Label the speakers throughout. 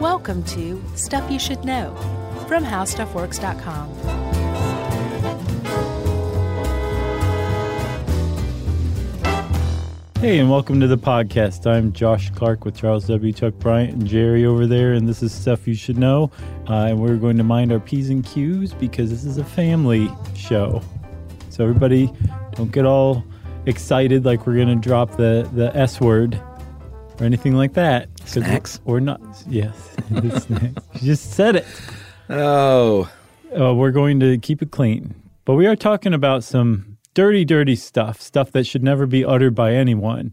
Speaker 1: Welcome to Stuff You Should Know from HowStuffWorks.com.
Speaker 2: Hey, and welcome to the podcast. I'm Josh Clark with Charles W. Chuck Bryant and Jerry over there, and this is stuff you should know. Uh, and we're going to mind our P's and Q's because this is a family show. So, everybody, don't get all excited like we're going to drop the, the S word or anything like that. 'Cause we're-
Speaker 3: Snacks?
Speaker 2: Or not. Yes. the snacks. You just said it.
Speaker 3: Oh,
Speaker 2: Uh, we're going to keep it clean. But we are talking about some dirty, dirty stuff, stuff that should never be uttered by anyone.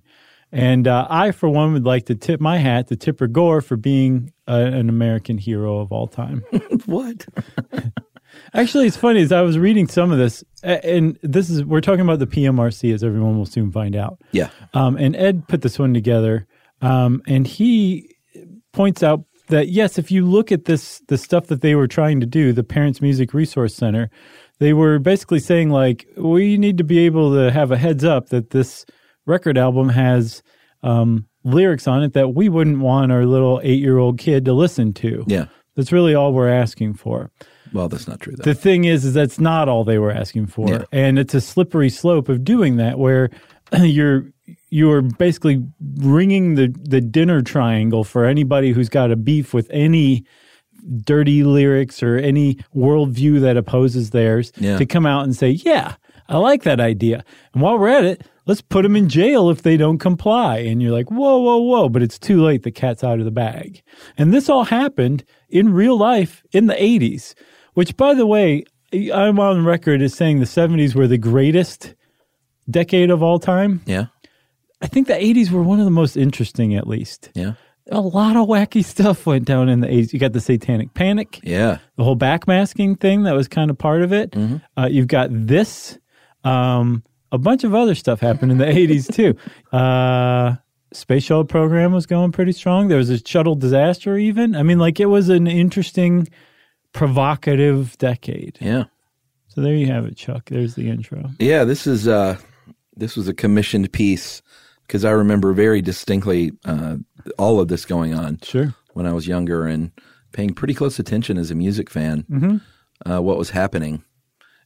Speaker 2: And uh, I, for one, would like to tip my hat to Tipper Gore for being a, an American hero of all time.
Speaker 3: what?
Speaker 2: Actually, it's funny, as I was reading some of this, a- and this is, we're talking about the PMRC, as everyone will soon find out.
Speaker 3: Yeah.
Speaker 2: Um, and Ed put this one together, um, and he points out that yes, if you look at this, the stuff that they were trying to do, the Parents Music Resource Center, they were basically saying like, we need to be able to have a heads up that this record album has um, lyrics on it that we wouldn't want our little eight-year-old kid to listen to.
Speaker 3: Yeah.
Speaker 2: That's really all we're asking for.
Speaker 3: Well, that's not true, though.
Speaker 2: The thing is, is that's not all they were asking for,
Speaker 3: Yeah.
Speaker 2: and it's a slippery slope of doing that, where you're you're basically ringing the the dinner triangle for anybody who's got a beef with any dirty lyrics or any worldview that opposes theirs
Speaker 3: Yeah.
Speaker 2: to come out and say, "Yeah, I like that idea," and while we're at it. Let's put them in jail if they don't comply. And you're like, whoa, whoa, whoa. But it's too late. The cat's out of the bag. And this all happened in real life in the 80s which by the way i'm on record as saying the 70s were the greatest decade of all time
Speaker 3: yeah.
Speaker 2: i think the 80s were one of the most interesting at least
Speaker 3: Yeah.
Speaker 2: a lot of wacky stuff went down in the 80s you got the satanic panic
Speaker 3: Yeah.
Speaker 2: the whole backmasking thing that was kind of part of it uh, you've got this um, a bunch of other stuff happened in the 80s too uh, space shuttle program was going pretty strong there was a shuttle disaster even i mean like it was an interesting provocative decade
Speaker 3: Yeah.
Speaker 2: so there you have it, Chuck. There's the intro.
Speaker 3: Yeah. This is uh, this was a commissioned piece because I remember very distinctly uh, all of this going on
Speaker 2: Sure.
Speaker 3: when I was younger and paying pretty close attention as a music fan uh, what was happening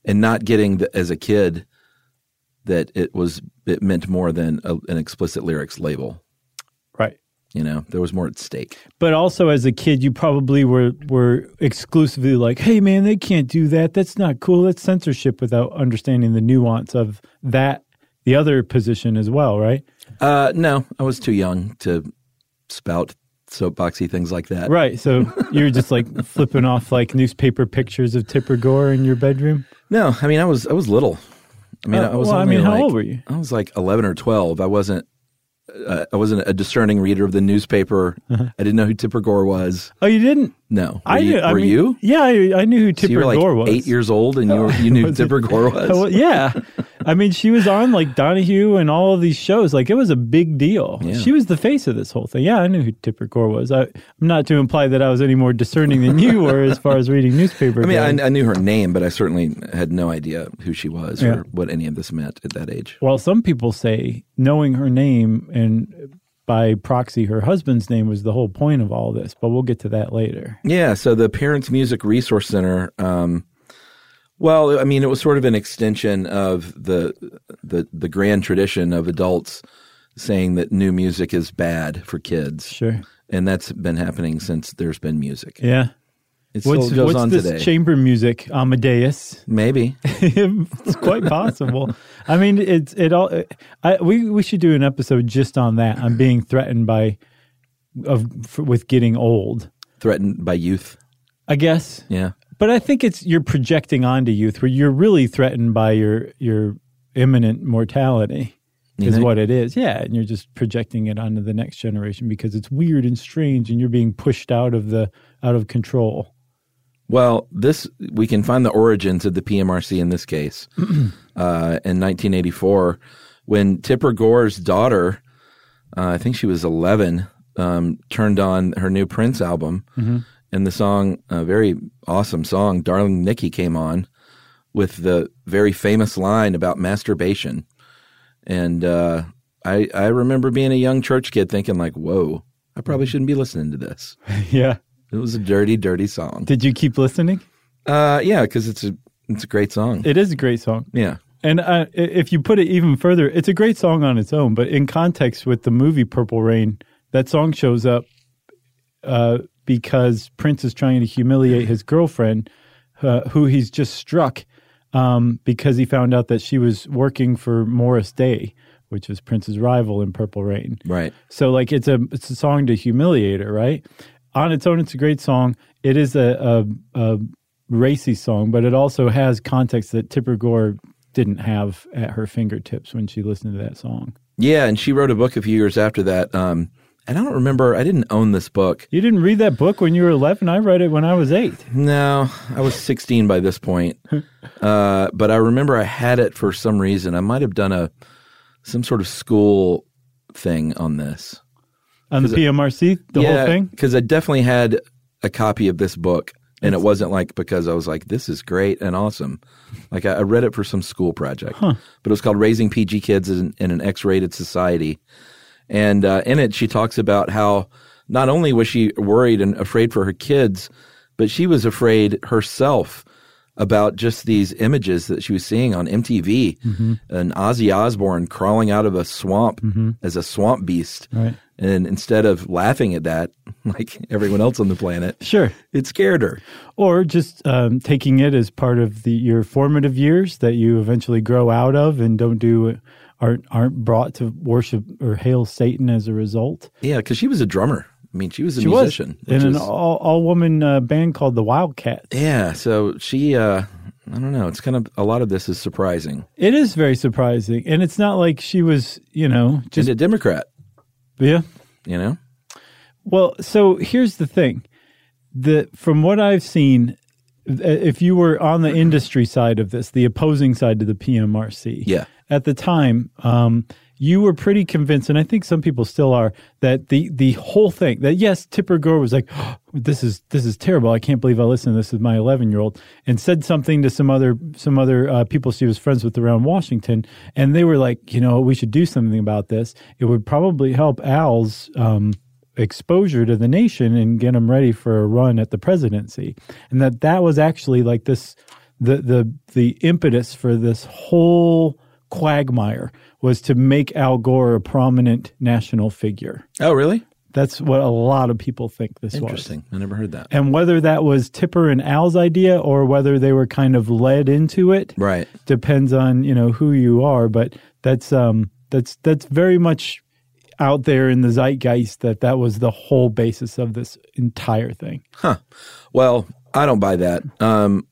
Speaker 3: and not getting the, as a kid that it was it meant more than a, an explicit lyrics label.
Speaker 2: Right.
Speaker 3: You know, there was more at stake.
Speaker 2: But also as a kid, you probably were were exclusively like, "Hey man, they can't do that. That's not cool. That's censorship." Without understanding the nuance of that the other position as well, right?
Speaker 3: Uh, no, I was too young to spout soapboxy things like that.
Speaker 2: Right. So you're just like flipping off like newspaper pictures of Tipper Gore in your bedroom.
Speaker 3: No, I mean I was I was little. I mean
Speaker 2: Uh,
Speaker 3: I was.
Speaker 2: well, I
Speaker 3: only
Speaker 2: mean, how
Speaker 3: like-
Speaker 2: old were you?
Speaker 3: I was like eleven or twelve. I wasn't. Uh, I wasn't a discerning reader of the newspaper. I didn't know who Tipper Gore was.
Speaker 2: Oh, you didn't.
Speaker 3: No, were
Speaker 2: Uh-huh. I
Speaker 3: you?
Speaker 2: knew. I
Speaker 3: were
Speaker 2: mean,
Speaker 3: you?
Speaker 2: Yeah, I, I knew who
Speaker 3: So
Speaker 2: Tipper
Speaker 3: you were like
Speaker 2: Gore was.
Speaker 3: eight years old, and you were, you knew who Tipper Gore was.
Speaker 2: Well, yeah. I mean, she was on like Donahue and all of these shows. Like, it was a big deal.
Speaker 3: Yeah.
Speaker 2: She was the face of this whole thing. Yeah, I knew who Tipper Gore was. I, I'm not to imply that I was any more discerning than you were as far as reading newspaper.
Speaker 3: I mean,
Speaker 2: goes.
Speaker 3: I, I knew her name, but I certainly had no idea who she was
Speaker 2: Yeah.
Speaker 3: or what any of this meant at that age.
Speaker 2: well, some people say knowing her name and by proxy her husband's name was the whole point of all this, but we'll get to that later.
Speaker 3: Yeah, so the Parents Music Resource Center. Um, well, I mean, it was sort of an extension of the the the grand tradition of adults saying that new music is bad for kids,
Speaker 2: Sure.
Speaker 3: and that's been happening since there's been music.
Speaker 2: Yeah.
Speaker 3: It still
Speaker 2: What's,
Speaker 3: goes
Speaker 2: what's
Speaker 3: on
Speaker 2: this
Speaker 3: today.
Speaker 2: chamber music, Amadeus?
Speaker 3: Maybe
Speaker 2: it's quite possible. I mean, it's it all. I we we should do an episode just on that. on being threatened by, of f with getting old.
Speaker 3: threatened by youth.
Speaker 2: I guess,
Speaker 3: Yeah.
Speaker 2: but I think it's you're projecting onto youth where you're really threatened by your your imminent mortality.
Speaker 3: You
Speaker 2: Is
Speaker 3: think?
Speaker 2: what it is, yeah, and you're just projecting it onto the next generation because it's weird and strange, and you're being pushed out of the out of control.
Speaker 3: Well, this we can find the origins of the PMRC in this case. uh, in 1984, when Tipper Gore's daughter, uh, I think she was 11, um, turned on her new Prince album, and the song, a very awesome song, "Darling Nikki," came on with the very famous line about masturbation, and uh, I I remember being a young church kid thinking like, "Whoa, I probably shouldn't be listening to this."
Speaker 2: yeah,
Speaker 3: It was a dirty, dirty song.
Speaker 2: did you keep listening?
Speaker 3: Uh, yeah, because it's a it's a great song.
Speaker 2: It is a great song.
Speaker 3: yeah,
Speaker 2: And uh, i- if you put it even further, it's a great song on its own, but in context with the movie Purple Rain, that song shows up uh, because Prince is trying to humiliate his girlfriend, uh, who he's just struck um, because he found out that she was working for Morris Day, which is Prince's rival in Purple Rain.
Speaker 3: right.
Speaker 2: So like it's a it's a song to humiliate her, right? On its own, it's a great song. It is a a, a racy song, but it also has context that Tipper Gore didn't have at her fingertips when she listened to that song.
Speaker 3: Yeah, and she wrote a book a few years after that. Um, and I don't remember. I didn't own this book.
Speaker 2: You didn't read that book when you were eleven. I read it when I was eight.
Speaker 3: No, I was 16 by this point. Uh, but I remember I had it for some reason. I might have done a some sort of school thing on this.
Speaker 2: On the PMRC, the whole thing.
Speaker 3: Because I definitely had a copy of this book, and it wasn't like because I was like, this is great and awesome. Like I, I read it for some school project, but it was called Raising PG Kids in, in an X Rated Society. And uh, in it, she talks about how not only was she worried and afraid for her kids, but she was afraid herself about just these images that she was seeing on MTV
Speaker 2: Mm-hmm.
Speaker 3: and Ozzy Osbourne crawling out of a swamp as a swamp beast.
Speaker 2: Right.
Speaker 3: And instead of laughing at that, like everyone else on the planet,
Speaker 2: Sure.
Speaker 3: it scared her.
Speaker 2: Or just um, taking it as part of the, your formative years that you eventually grow out of and don't do aren't aren't brought to worship or hail Satan as a result.
Speaker 3: Yeah, because she was a drummer. I mean, she was a
Speaker 2: She was
Speaker 3: musician.
Speaker 2: in
Speaker 3: which
Speaker 2: an
Speaker 3: is-
Speaker 2: all, all woman uh, band called the Wildcats.
Speaker 3: yeah, so she, uh, I don't know. It's kind of a lot of this is surprising.
Speaker 2: It is very surprising, and it's not like she was, you know,
Speaker 3: She's
Speaker 2: just
Speaker 3: a Democrat,
Speaker 2: yeah.
Speaker 3: you know?
Speaker 2: Well, so here's the thing: the from what I've seen, th- if you were on the industry side of this, the opposing side to the PMRC,
Speaker 3: Yeah.
Speaker 2: at the time, um, you were pretty convinced, and I think some people still are, that the the whole thing that yes, Tipper Gore was like, "Oh, "This is this is terrible. I can't believe I listened to this with my 11 year old," and said something to some other some other uh, people she was friends with around Washington, and they were like, "You know, we should do something about this. It would probably help Al's." Um, exposure to the nation and get him ready for a run at the presidency and that that was actually like this the the the impetus for this whole quagmire was to make Al Gore a prominent national figure.
Speaker 3: Oh, really?
Speaker 2: That's what a lot of people think this was.
Speaker 3: Interesting. I never heard that.
Speaker 2: And whether that was Tipper and Al's idea or whether they were kind of led into it
Speaker 3: Right.
Speaker 2: depends on, you know, who you are, but that's um that's that's very much out there in the zeitgeist that that was the whole basis of this entire thing.
Speaker 3: Well, I don't buy that. Um,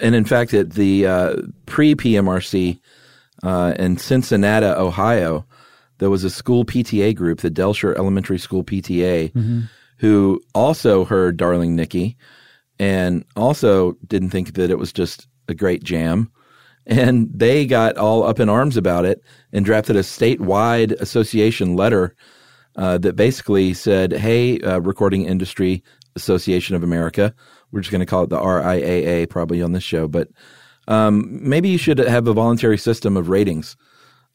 Speaker 3: and in fact, at the uh, pre PMRC uh, in Cincinnati, Ohio, there was a school PTA group, the Delshire Elementary School PTA, who also heard Darling Nikki and also didn't think that it was just a great jam. And they got all up in arms about it and drafted a statewide association letter uh, that basically said, "Hey, uh, Recording Industry Association of America, we're just going to call it the RIAA probably on this show, but um, maybe you should have a voluntary system of ratings,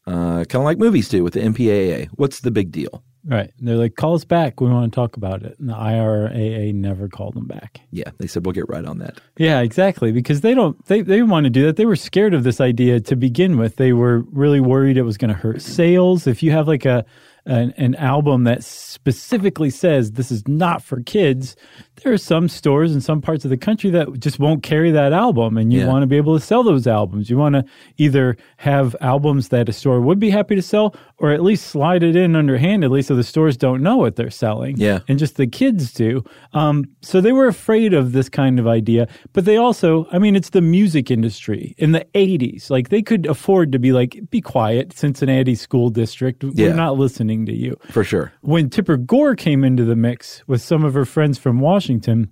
Speaker 3: uh, kind of like movies do with the MPAA. What's the big deal?"
Speaker 2: Right. And they're like, call us back. We want to talk about it. And the IRAA never called them back.
Speaker 3: Yeah, they said we'll get right on that.
Speaker 2: Yeah, exactly. Because they don't, they, they didn't want to do that. They were scared of this idea to begin with. They were really worried it was going to hurt sales. If you have like a, an, an album that specifically says this is not for kids, there are some stores in some parts of the country that just won't carry that album. And you
Speaker 3: Yeah.
Speaker 2: want to be able to sell those albums. You want to either have albums that a store would be happy to sell or at least slide it in underhandedly so the stores don't know what they're selling
Speaker 3: Yeah.
Speaker 2: and just the kids do. Um, so they were afraid of this kind of idea, but they also, I mean, it's the music industry in the 80s. Like they could afford to be like, be quiet, Cincinnati school district. We're
Speaker 3: Yeah.
Speaker 2: not listening to you.
Speaker 3: for sure.
Speaker 2: When Tipper Gore came into the mix with some of her friends from Washington,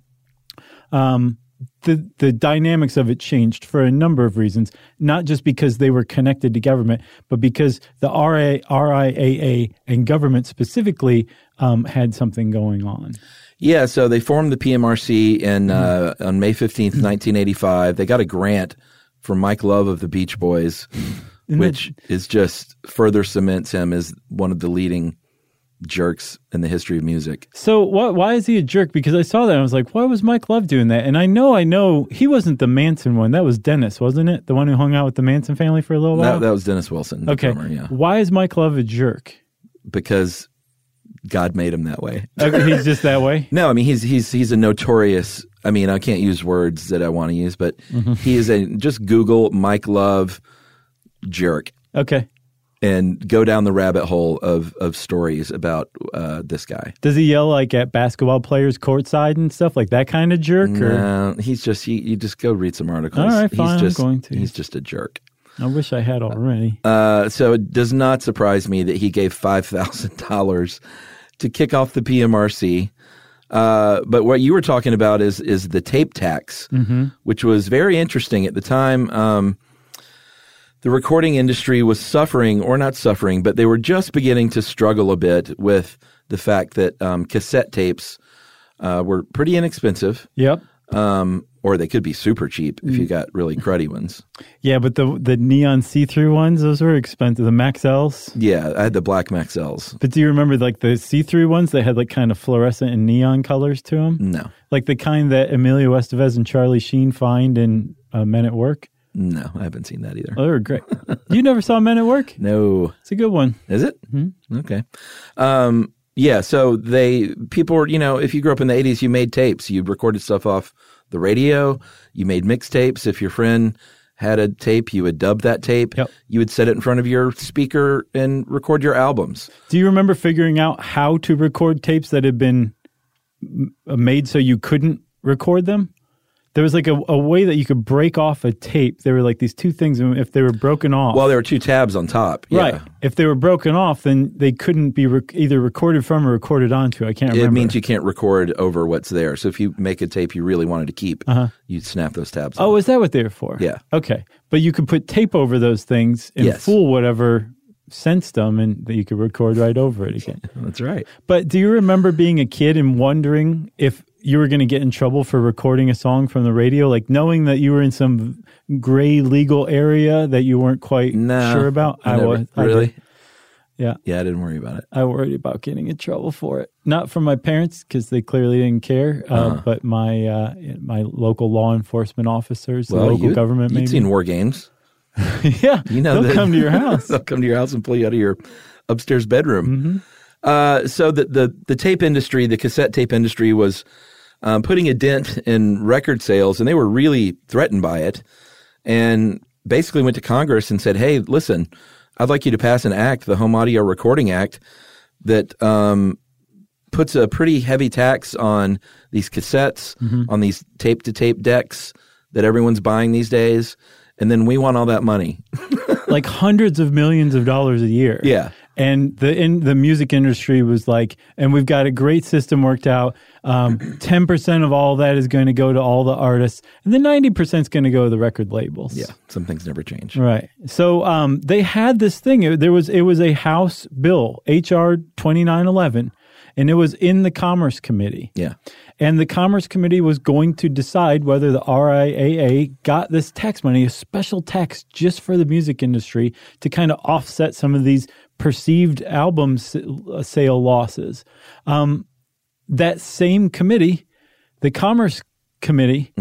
Speaker 2: um, the the dynamics of it changed for a number of reasons, not just because they were connected to government, but because the RA, RIAA and government specifically um, had something going on.
Speaker 3: Yeah, so they formed the PMRC in uh, on May fifteenth, nineteen eighty-five. They got a grant from Mike Love of the Beach Boys, which is just further cements him as one of the leading jerks in the history of music.
Speaker 2: So why why is he a jerk? Because I saw that and I was like, why was Mike Love doing that? And I know, I know he wasn't the Manson one. That was Dennis, wasn't it? The one who hung out with the Manson family for a little while.
Speaker 3: That, that was Dennis Wilson. the
Speaker 2: okay.
Speaker 3: drummer, yeah,
Speaker 2: Why is Mike Love a jerk?
Speaker 3: because God made him that way.
Speaker 2: Okay, he's just that way.
Speaker 3: No, I mean he's he's he's a notorious. I mean I can't use words that I want to use, but he is a just Google Mike Love jerk
Speaker 2: Okay.
Speaker 3: and go down the rabbit hole of of stories about uh, this guy.
Speaker 2: Does he yell like at basketball players courtside and stuff like that kind of jerk? Or
Speaker 3: Nah, he's just he, you just go read some articles.
Speaker 2: All right, fine, I'm
Speaker 3: he's just
Speaker 2: going to.
Speaker 3: he's just a jerk.
Speaker 2: I wish I had already.
Speaker 3: Uh, so it does not surprise me that he gave five thousand dollars to kick off the PMRC. Uh, but what you were talking about is is the tape tax, which was very interesting at the time. Um, the recording industry was suffering, or not suffering, but they were just beginning to struggle a bit with the fact that um, cassette tapes uh, were pretty inexpensive,
Speaker 2: yep.
Speaker 3: um, or they could be super cheap if you got really cruddy ones.
Speaker 2: Yeah, but the the neon see through ones, those were expensive. The Maxels.
Speaker 3: Yeah, I had the black Maxels.
Speaker 2: But do you remember like the see through ones that had like kind of fluorescent and neon colors to them?
Speaker 3: No.
Speaker 2: Like the kind that Emilio Estevez and Charlie Sheen find in uh, Men at Work.
Speaker 3: No, I haven't seen that either.
Speaker 2: Oh, they were great. you never saw Men at Work?
Speaker 3: No,
Speaker 2: It's a good one.
Speaker 3: is it?
Speaker 2: Hmm?
Speaker 3: Mm-hmm. Okay. Um, yeah. So they people were you know if you grew up in the eighties, you made tapes. You recorded stuff off the radio. You made mixtapes. If your friend had a tape, you would dub that tape.
Speaker 2: Yep.
Speaker 3: You would set it in front of your speaker and record your albums.
Speaker 2: Do you remember figuring out how to record tapes that had been m- uh, made so you couldn't record them? There was like a, a way that you could break off a tape. There were like these two things, and if they were broken off,
Speaker 3: Well, there were two tabs on top. Yeah.
Speaker 2: Right. If they were broken off, then they couldn't be rec- either recorded from or recorded onto. I can't
Speaker 3: It
Speaker 2: remember.
Speaker 3: means you can't record over what's there. So if you make a tape you really wanted to keep, you'd snap those tabs.
Speaker 2: Uh-huh. oh,
Speaker 3: off.
Speaker 2: is that what they were for?
Speaker 3: Yeah.
Speaker 2: Okay. But you could put tape over those things and
Speaker 3: Yes.
Speaker 2: fool whatever sensed them, and that you could record right over it again.
Speaker 3: that's right.
Speaker 2: but do you remember being a kid and wondering if you were going to get in trouble for recording a song from the radio, like knowing that you were in some gray legal area that you weren't quite
Speaker 3: No,
Speaker 2: sure about?
Speaker 3: never-
Speaker 2: was I did.
Speaker 3: really.
Speaker 2: Yeah.
Speaker 3: Yeah, I didn't worry about it.
Speaker 2: I worried about getting in trouble for it. Not from my parents because they clearly didn't care, uh,
Speaker 3: Uh-huh.
Speaker 2: but my uh, my local law enforcement officers, the local
Speaker 3: you-
Speaker 2: government,
Speaker 3: You've
Speaker 2: maybe.
Speaker 3: seen war games.
Speaker 2: yeah,
Speaker 3: You know,
Speaker 2: they'll
Speaker 3: that-
Speaker 2: come to your house. Mm-hmm.
Speaker 3: they'll come to your house and pull you out of your upstairs bedroom. Uh, so the, the the tape industry, the cassette tape industry, was um, putting a dent in record sales, and they were really threatened by it. And basically went to Congress and said, "Hey, listen, I'd like you to pass an act, the Home Audio Recording Act, that um, puts a pretty heavy tax on these cassettes,
Speaker 2: Mm-hmm.
Speaker 3: on these tape to tape decks that everyone's buying these days." And then we want all that money.
Speaker 2: like hundreds of millions of dollars a year.
Speaker 3: Yeah.
Speaker 2: And the in the music industry was like, and we've got a great system worked out. Um, Ten percent of all that is going to go to all the artists, and then ninety percent is going to go to the record labels.
Speaker 3: Yeah, some things never change.
Speaker 2: Right. So um, they had this thing. It, there was it was a House bill, HR twenty nine eleven, and it was in the Commerce Committee.
Speaker 3: Yeah.
Speaker 2: And the Commerce Committee was going to decide whether the RIAA got this tax money, a special tax just for the music industry to kind of offset some of these perceived album s- uh, sale losses. Um, that same committee, the Commerce Committee,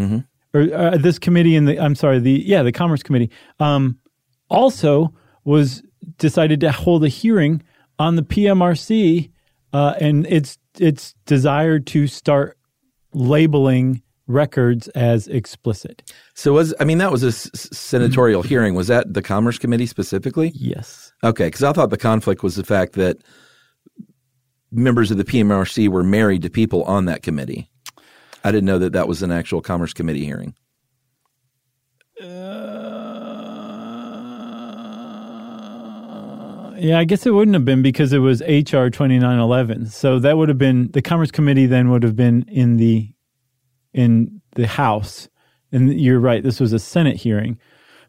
Speaker 2: or uh, this committee in the, I'm sorry, the, yeah, the Commerce Committee, um, also was decided to hold a hearing on the PMRC, uh, and it's it's desired to start labeling records as explicit.
Speaker 3: So was I mean that was a s- senatorial hearing. Was that the Commerce Committee specifically?
Speaker 2: Yes.
Speaker 3: Okay, because I thought the conflict was the fact that members of the PMRC were married to people on that committee. I didn't know that that was an actual Commerce Committee hearing.
Speaker 2: Yeah, I guess it wouldn't have been because it was HR 2911. So that would have been the Commerce Committee then would have been in the in the House. And you're right, this was a Senate hearing.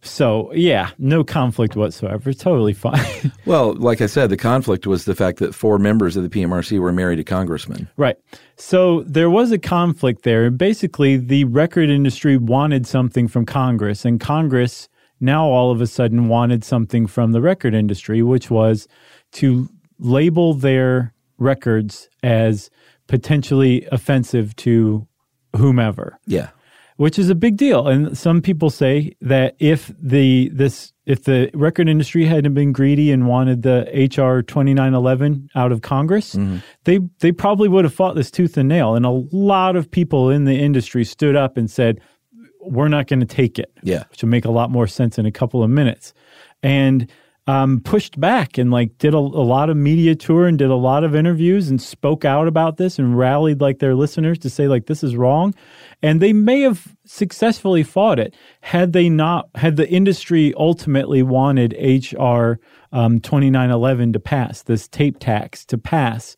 Speaker 2: So, yeah, no conflict whatsoever. Totally fine.
Speaker 3: Well, like I said, the conflict was the fact that four members of the PMRC were married to congressmen.
Speaker 2: Right. So there was a conflict there. Basically, the record industry wanted something from Congress, and Congress now all of a sudden wanted something from the record industry, which was to label their records as potentially offensive to whomever
Speaker 3: Yeah.
Speaker 2: which is a big deal. And some people say that if the this if the record industry hadn't been greedy and wanted the HR 2911 out of Congress, they they probably would have fought this tooth and nail. And a lot of people in the industry stood up and said, "We're not going to take it."
Speaker 3: Yeah.
Speaker 2: which will make a lot more sense in a couple of minutes. And um, pushed back and like did a, a lot of media tour and did a lot of interviews and spoke out about this and rallied like their listeners to say like this is wrong. And they may have successfully fought it had they not had the industry ultimately wanted HR um, 2911 to pass this tape tax to pass.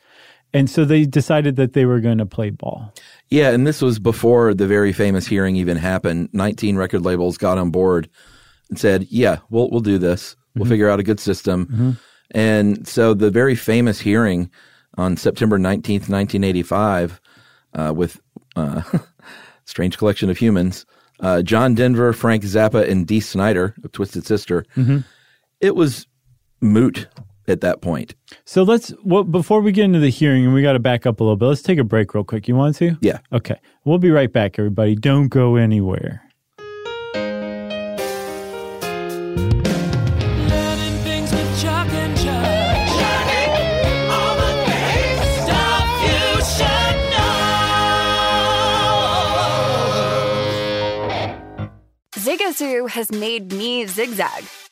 Speaker 2: And so they decided that they were going to play ball.
Speaker 3: Yeah, and this was before the very famous hearing even happened. 19 record labels got on board and said, "Yeah, we'll we'll do this. We'll figure out a good system." And so the very famous hearing on September 19th, 1985 uh, with uh, Strange Collection of Humans, uh, John Denver, Frank Zappa, and Dee Snyder of Twisted Sister. It was moot at that point.
Speaker 2: So let's well, before we get into the hearing, and we got to back up a little bit. Let's take a break real quick. You want to?
Speaker 3: Yeah.
Speaker 2: Okay. We'll be right back, everybody. Don't go anywhere.
Speaker 4: Learning things with Chuck and Chuck. All the things. Stuff you should know.
Speaker 5: Zigazoo has made me zigzag.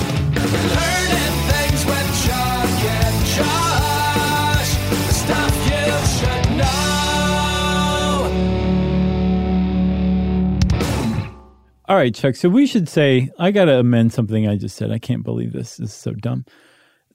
Speaker 4: Learning things with Chuck and Josh. Stuff you should know.
Speaker 2: All right, Chuck. So we should say I got to amend something I just said. I can't believe this. This is so dumb.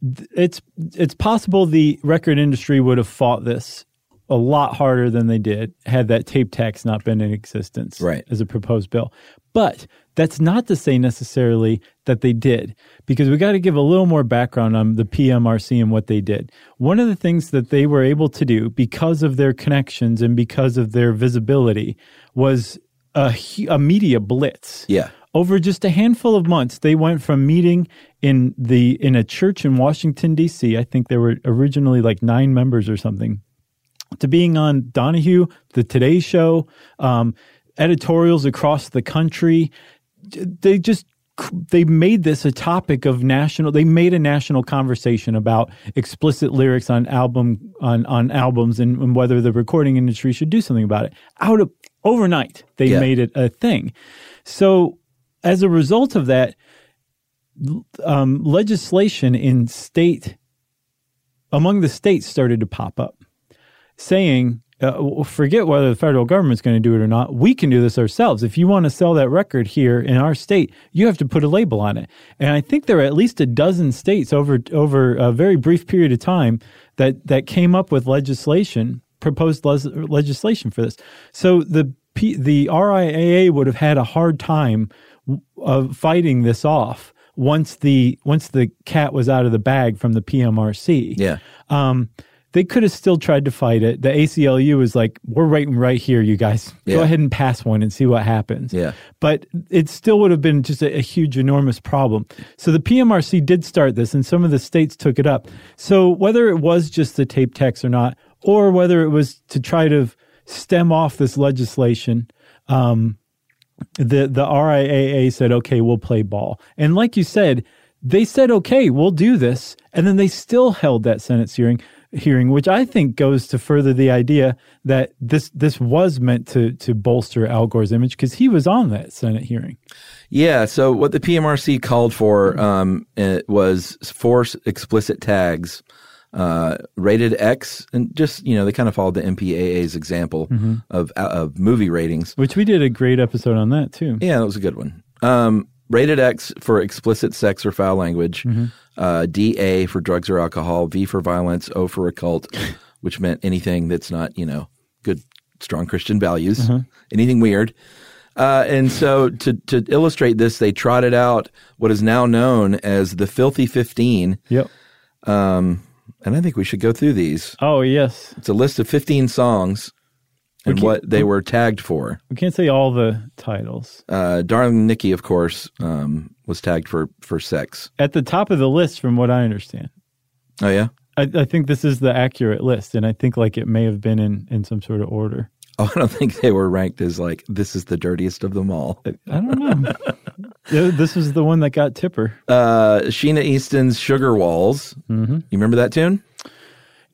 Speaker 2: th- it's it's possible the record industry would have fought this a lot harder than they did had that tape tax not been in existence
Speaker 3: Right.
Speaker 2: as a proposed bill. But that's not to say necessarily that they did, because we got to give a little more background on the PMRC and what they did. One of the things that they were able to do because of their connections and because of their visibility was a, hu- a media blitz
Speaker 3: Yeah.
Speaker 2: over just a handful of months they went from meeting in the in a church in Washington D.C. I think there were originally like 9 members or something to being on Donahue, the Today Show, um, editorials across the country. J- They just they made this a topic of national. They made a national conversation about explicit lyrics on album on on albums and, and whether the recording industry should do something about it. Out of overnight, they
Speaker 3: Yeah.
Speaker 2: made it a thing. So as a result of that, l- um, legislation in state among the states started to pop up saying, uh, w- forget whether the federal government's going to do it or not. We can do this ourselves. If you want to sell that record here in our state, you have to put a label on it. And I think there are at least a dozen states over over a very brief period of time that that came up with legislation, proposed les- legislation for this. So the P- the RIAA would have had a hard time w- of fighting this off once the once the cat was out of the bag from the PMRC
Speaker 3: Yeah.
Speaker 2: um, they could have still tried to fight it. The ACLU was like, we're waiting right here, you guys. Go
Speaker 3: Yeah.
Speaker 2: ahead and pass one and see what happens.
Speaker 3: Yeah.
Speaker 2: But it still would have been just a, a huge, enormous problem. So the PMRC did start this, and some of the states took it up. So whether it was just the tape tax or not, or whether it was to try to stem off this legislation, the the RIAA said, "Okay, we'll play ball." And like you said, they said, "Okay, we'll do this," and then they still held that Senate hearing hearing, which I think goes to further the idea that this this was meant to to bolster Al Gore's image because he was on that Senate hearing.
Speaker 3: Yeah. So what the PMRC called for um, it was force explicit tags, uh, rated X, and just you know they kind of followed the MPAA's example of of movie ratings.
Speaker 2: Which we did a great episode on that too.
Speaker 3: Yeah, that was a good one. Um, rated X for explicit sex or foul language, uh, DA for drugs or alcohol, V for violence, O for occult, which meant anything that's not, you know, good, strong Christian values, anything weird. Uh, and so to, to illustrate this, they trotted out what is now known as the Filthy 15.
Speaker 2: Yep.
Speaker 3: And I think we should go through these.
Speaker 2: Oh yes,
Speaker 3: It's a list of 15 songs and what they were tagged for.
Speaker 2: we can't say all the titles
Speaker 3: Uh, Darling Nikki, of course, um, was tagged for, for sex.
Speaker 2: at the top of the list, from what I understand.
Speaker 3: Oh yeah.
Speaker 2: I, I think this is the accurate list, and I think like it may have been in in some sort of order.
Speaker 3: Oh, I don't think they were ranked as like this is the dirtiest of them all. Uh,
Speaker 2: I don't know. Th- this was the one that got Tipper.
Speaker 3: Uh, Sheena Easton's "Sugar Walls." You remember that tune?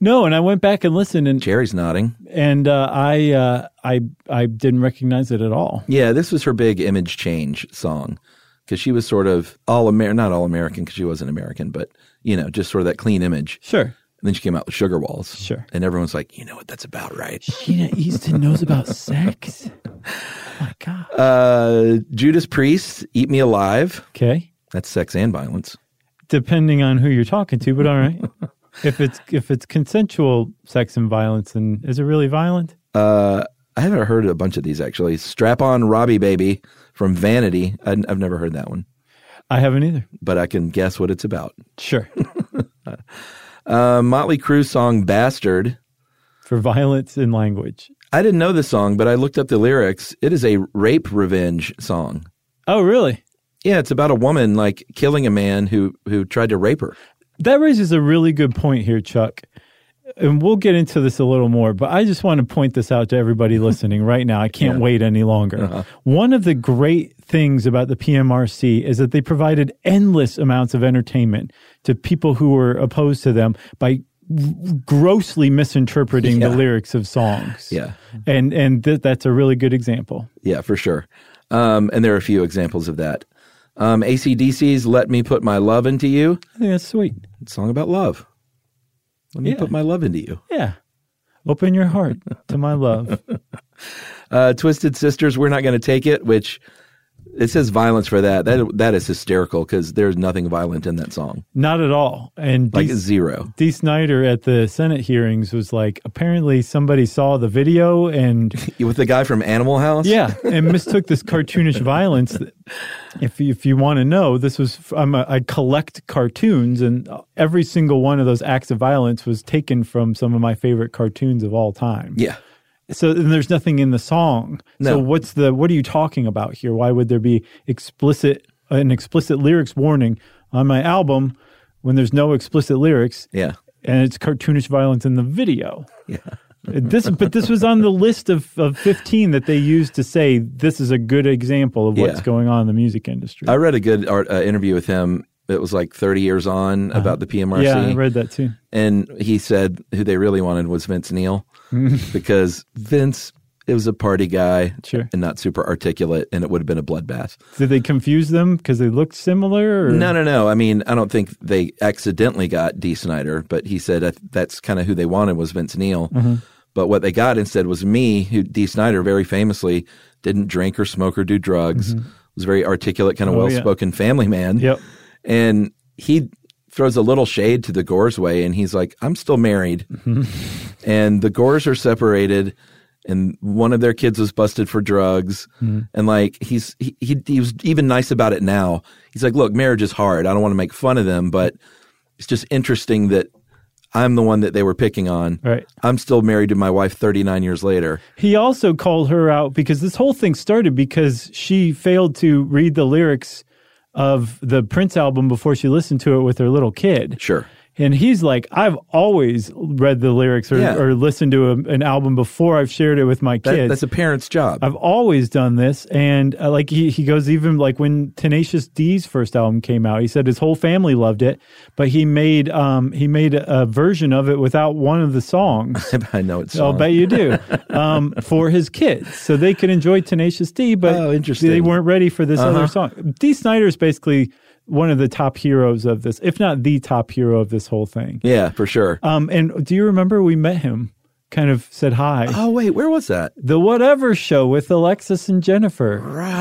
Speaker 2: No, and I went back and listened, and
Speaker 3: Jerry's nodding.
Speaker 2: and uh, I uh, I I didn't recognize it at all.
Speaker 3: Yeah, this was her big image change song because she was sort of all Amer, not all American because she wasn't American, but you know, just sort of that clean image.
Speaker 2: Sure,
Speaker 3: And then she came out with "Sugar Walls."
Speaker 2: Sure.
Speaker 3: And everyone's like, you know what? That's about right.
Speaker 2: Sheena Easton knows about sex. Oh my God.
Speaker 3: Uh, Judas Priest, "Eat Me Alive."
Speaker 2: Okay,
Speaker 3: That's sex and violence.
Speaker 2: depending on who you're talking to, but all right. if it's if it's consensual sex and violence, then is it really violent?
Speaker 3: I haven't heard a bunch of these actually. "Strap On Robbie Baby" from Vanity. I, I've never heard that one.
Speaker 2: I haven't either.
Speaker 3: but I can guess what it's about.
Speaker 2: Sure,
Speaker 3: Uh, Motley Crue song "Bastard."
Speaker 2: for violence in language.
Speaker 3: I didn't know the song, but I looked up the lyrics. It is a rape revenge song.
Speaker 2: Oh, really?
Speaker 3: Yeah, it's about a woman like killing a man who who tried to rape her.
Speaker 2: That raises a really good point here, Chuck. And we'll get into this a little more, but I just want to point this out to everybody listening right now. I can't wait any longer.
Speaker 3: Uh-huh.
Speaker 2: One of the great things about the PMRC is that they provided endless amounts of entertainment to people who were opposed to them by grossly misinterpreting the
Speaker 3: Yeah.
Speaker 2: lyrics of songs.
Speaker 3: Yeah.
Speaker 2: And and th- that's a really good example.
Speaker 3: Yeah, for sure. Um, and there are a few examples of that. Um, ACDC's "Let Me Put My Love Into You."
Speaker 2: I think that's sweet.
Speaker 3: It's a song about love. Let me
Speaker 2: Yeah.
Speaker 3: put my love into you.
Speaker 2: Yeah. Open your heart to my love.
Speaker 3: Uh, Twisted Sisters, "We're Not Going to Take It," which It says violence for that. That that is hysterical because there's nothing violent in that song.
Speaker 2: Not at all. And
Speaker 3: Like
Speaker 2: Dee-
Speaker 3: zero.
Speaker 2: Dee Snyder at the Senate hearings was like, apparently somebody saw the video and
Speaker 3: With the guy from Animal House.
Speaker 2: yeah, and mistook this cartoonish violence. that- If if you want to know, this was I'm a, I collect cartoons, and every single one of those acts of violence was taken from some of my favorite cartoons of all time.
Speaker 3: Yeah.
Speaker 2: So and there's nothing in the song. So
Speaker 3: No.
Speaker 2: what's the what are you talking about here? Why would there be explicit an explicit lyrics warning on my album when there's no explicit lyrics
Speaker 3: Yeah.
Speaker 2: and it's cartoonish violence in the video? Uh,
Speaker 3: Yeah.
Speaker 2: this but this was on the list of, of 15 that they used to say this is a good example of what's
Speaker 3: Yeah.
Speaker 2: going on in the music industry
Speaker 3: I read a good art, uh, interview with him. It was like 30 years on about the PMRC.
Speaker 2: Uh-huh. yeah i read that too
Speaker 3: and he said who they really wanted was Vince Neil because Vince it was a party guy
Speaker 2: Mm. Sure.
Speaker 3: and not super articulate, and it would have been a bloodbath.
Speaker 2: did they confuse them because they looked similar or?
Speaker 3: No, no, no. I mean, I don't think they accidentally got D. Snyder, but he said that- that's kind of who they wanted was Vince Neil.
Speaker 2: Mm-hmm.
Speaker 3: But what they got instead was me, who D. Snyder very famously didn't drink or smoke or do drugs, was a very articulate, kind of
Speaker 2: Mm-hmm. Oh, yeah.
Speaker 3: well spoken family man.
Speaker 2: Yep.
Speaker 3: And he throws a little shade to the Gores way, and he's like, I'm still married. and the Gores are separated. And one of their kids was busted for drugs,
Speaker 2: Mm-hmm.
Speaker 3: and like he's he, he he was even nice about it now. He's like, "Look, marriage is hard. I don't want to make fun of them, but it's just interesting that I'm the one that they were picking on.
Speaker 2: Right.
Speaker 3: I'm still married to my wife 39 years later.
Speaker 2: he also called her out because this whole thing started because she failed to read the lyrics of the prince album before she listened to it with her little kid
Speaker 3: Sure,
Speaker 2: And he's like, I've always read the lyrics or,
Speaker 3: Yeah.
Speaker 2: or listened to a, an album before I've shared it with my
Speaker 3: That-
Speaker 2: kids.
Speaker 3: that's a parent's job.
Speaker 2: I've always done this. And uh, like he, he goes, even like when Tenacious D's first album came out, he said his whole family loved it, but he made um, he made a, a version of it without one of the songs.
Speaker 3: I know it's
Speaker 2: I'll
Speaker 3: wrong.
Speaker 2: bet you do um, for his kids, so they could enjoy Tenacious D. But
Speaker 3: Oh, interesting. Uh-huh.
Speaker 2: they weren't ready for this other song. D. Snyder is basically one of the top heroes of this, if not the top hero of this whole thing.
Speaker 3: yeah, for sure.
Speaker 2: Um, and do you remember we met him? Kind of said hi
Speaker 3: oh wait, where was that?
Speaker 2: the whatever show with Alexis and Jennifer.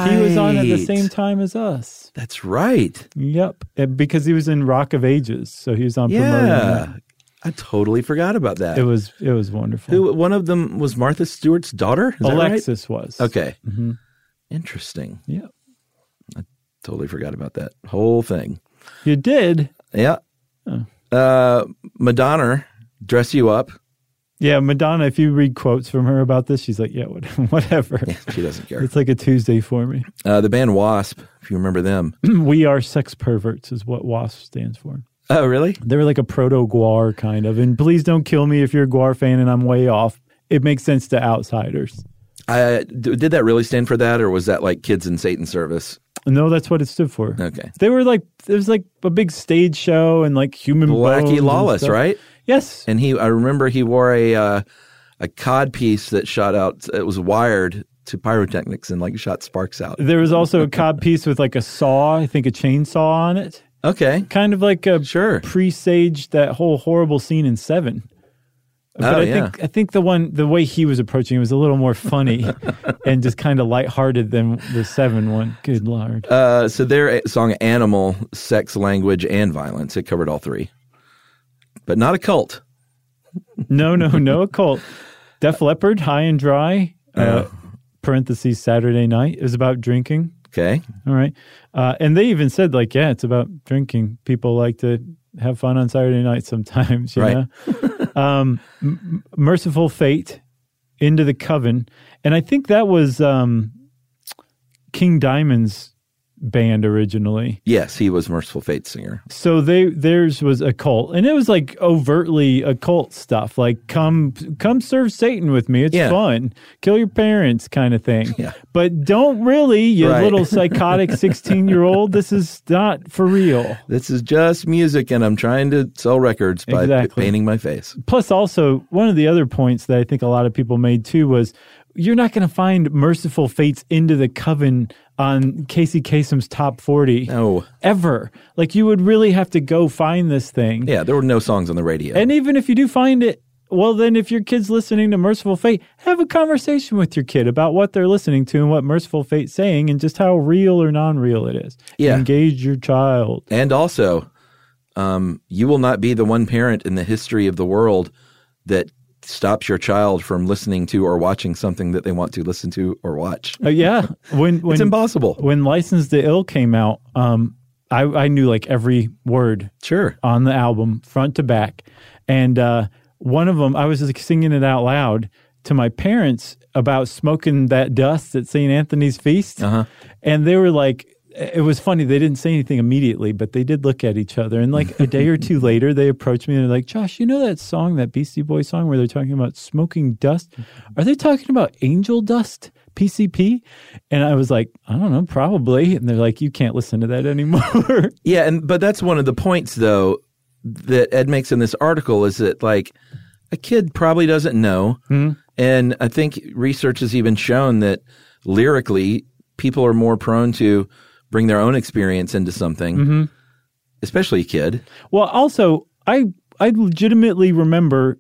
Speaker 2: He was on at the
Speaker 3: Right.
Speaker 2: same time as us.
Speaker 3: That's right.
Speaker 2: Yep. And because he was in Rock of Ages, so he was on promoting
Speaker 3: Yeah,
Speaker 2: that.
Speaker 3: I totally forgot about that.
Speaker 2: It was it was wonderful.
Speaker 3: Who? One of them was Martha Stewart's daughter. Is that right?
Speaker 2: Alexis was.
Speaker 3: Okay.
Speaker 2: Mm-hmm.
Speaker 3: Interesting.
Speaker 2: Yep.
Speaker 3: Totally forgot about that whole thing.
Speaker 2: You did.
Speaker 3: Yeah. Uh, Madonna, dress you up.
Speaker 2: Yeah, Madonna, if you read quotes from her about this, she's like, yeah, what, whatever.
Speaker 3: She doesn't care.
Speaker 2: It's like a Tuesday for me.
Speaker 3: Uh, the band Wasp, if you remember them.
Speaker 2: we are sex perverts is what WASP stands for.
Speaker 3: Oh, really?
Speaker 2: They were like a proto Guar kind of. And please don't kill me if you're a Guar fan and I'm way off. It makes sense to outsiders.
Speaker 3: I, uh, d- did that really stand for that, or was that like Kids in Satan service?
Speaker 2: No, that's what it stood for.
Speaker 3: Okay.
Speaker 2: They were like it was like a big stage show and like human bones
Speaker 3: Blackie
Speaker 2: and
Speaker 3: Lawless,
Speaker 2: stuff.
Speaker 3: right?
Speaker 2: Yes.
Speaker 3: And he, I remember he wore a uh, a cod piece that shot out. It was wired to pyrotechnics and like shot sparks out.
Speaker 2: there was also a cod piece with like a saw, I think a chainsaw on it.
Speaker 3: Okay.
Speaker 2: Kind of like a
Speaker 3: Sure.
Speaker 2: presaged that whole horrible scene in Seven. But
Speaker 3: Oh,
Speaker 2: I
Speaker 3: yeah.
Speaker 2: think I think the one the way he was approaching it was a little more funny and just kind of lighthearted than the Seven one. Good lord.
Speaker 3: Uh, so their song "Animal," sex, language, and violence. It covered all three, but not a cult.
Speaker 2: No, no, no occult. Def Leppard, High and Dry. Uh,
Speaker 3: Oh.
Speaker 2: parentheses Saturday night is about drinking.
Speaker 3: Okay.
Speaker 2: All right. Uh, and they even said, like, yeah, it's about drinking. People like to have fun on Saturday night sometimes, you
Speaker 3: Right.
Speaker 2: know? um, M- Merciful Fate, Into the Coven. And I think that was um, King Diamond's band originally.
Speaker 3: Yes, he was Merciful Fate singer.
Speaker 2: So they theirs was a cult. And it was like overtly occult stuff, like come come serve Satan with me. It's
Speaker 3: Yeah.
Speaker 2: fun. Kill your parents kind of thing.
Speaker 3: Yeah.
Speaker 2: But don't really, you
Speaker 3: Right.
Speaker 2: little psychotic 16 year old. This is not for real.
Speaker 3: This is just music, and I'm trying to sell records by
Speaker 2: Exactly.
Speaker 3: painting my face.
Speaker 2: Plus, also, one of the other points that I think a lot of people made too was you're not going to find Merciful Fates into the coven on Casey Kasem's top 40
Speaker 3: No.
Speaker 2: ever. Like, you would really have to go find this thing.
Speaker 3: Yeah, there were no songs on the radio.
Speaker 2: And even if you do find it, Well, then, if your kid's listening to Merciful Fate, have a conversation with your kid about what they're listening to and what Merciful Fate's saying and just how real or non real it is.
Speaker 3: Yeah.
Speaker 2: Engage your child.
Speaker 3: And also, um, you will not be the one parent in the history of the world that stops your child from listening to or watching something that they want to listen to or watch.
Speaker 2: Uh, yeah. When, when,
Speaker 3: it's impossible.
Speaker 2: when License to Ill came out, um, I, I knew like every word
Speaker 3: sure.
Speaker 2: on the album front to back and uh, one of them i was like singing it out loud to my parents about smoking that dust at st anthony's feast and they were like it was funny they didn't say anything immediately but they did look at each other and like a day or two later they approached me and they're like josh you know that song that beastie boy song where they're talking about smoking dust are they talking about angel dust PCP? And I was like, I don't know, probably. And they're like, you can't listen to that anymore.
Speaker 3: Yeah, and but that's one of the points though that Ed makes in this article is that like a kid probably doesn't know,
Speaker 2: Hmm.
Speaker 3: and I think research has even shown that lyrically people are more prone to bring their own experience into something,
Speaker 2: Mm-hmm.
Speaker 3: especially a kid.
Speaker 2: Well, also, I I legitimately remember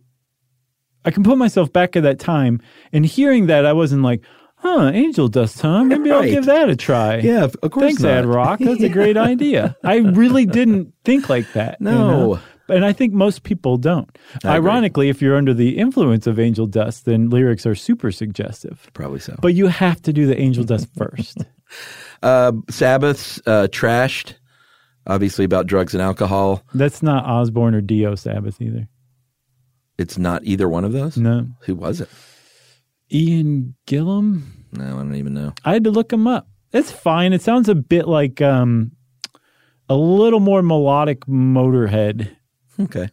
Speaker 2: I can put myself back at that time and hearing that I wasn't like, huh, angel dust, huh? Maybe I'll
Speaker 3: Right.
Speaker 2: give that a try.
Speaker 3: Yeah, of course
Speaker 2: Thanks,
Speaker 3: not.
Speaker 2: Ad Rock. That's a great idea. I really didn't think like that. you
Speaker 3: No.
Speaker 2: know? And I think most people don't.
Speaker 3: I agree.
Speaker 2: Ironically, if you're under the influence of angel dust, then lyrics are super suggestive.
Speaker 3: Probably so.
Speaker 2: But you have to do the angel dust first.
Speaker 3: uh, Sabbath's uh, trashed, obviously about drugs and alcohol.
Speaker 2: That's not Osborne or Dio Sabbath either.
Speaker 3: It's not either one of those.
Speaker 2: No.
Speaker 3: Who was it?
Speaker 2: Ian Gillum?
Speaker 3: No, I don't even know.
Speaker 2: I had to look them up. It's fine. It sounds a bit like um, a little more melodic Motorhead.
Speaker 3: Okay.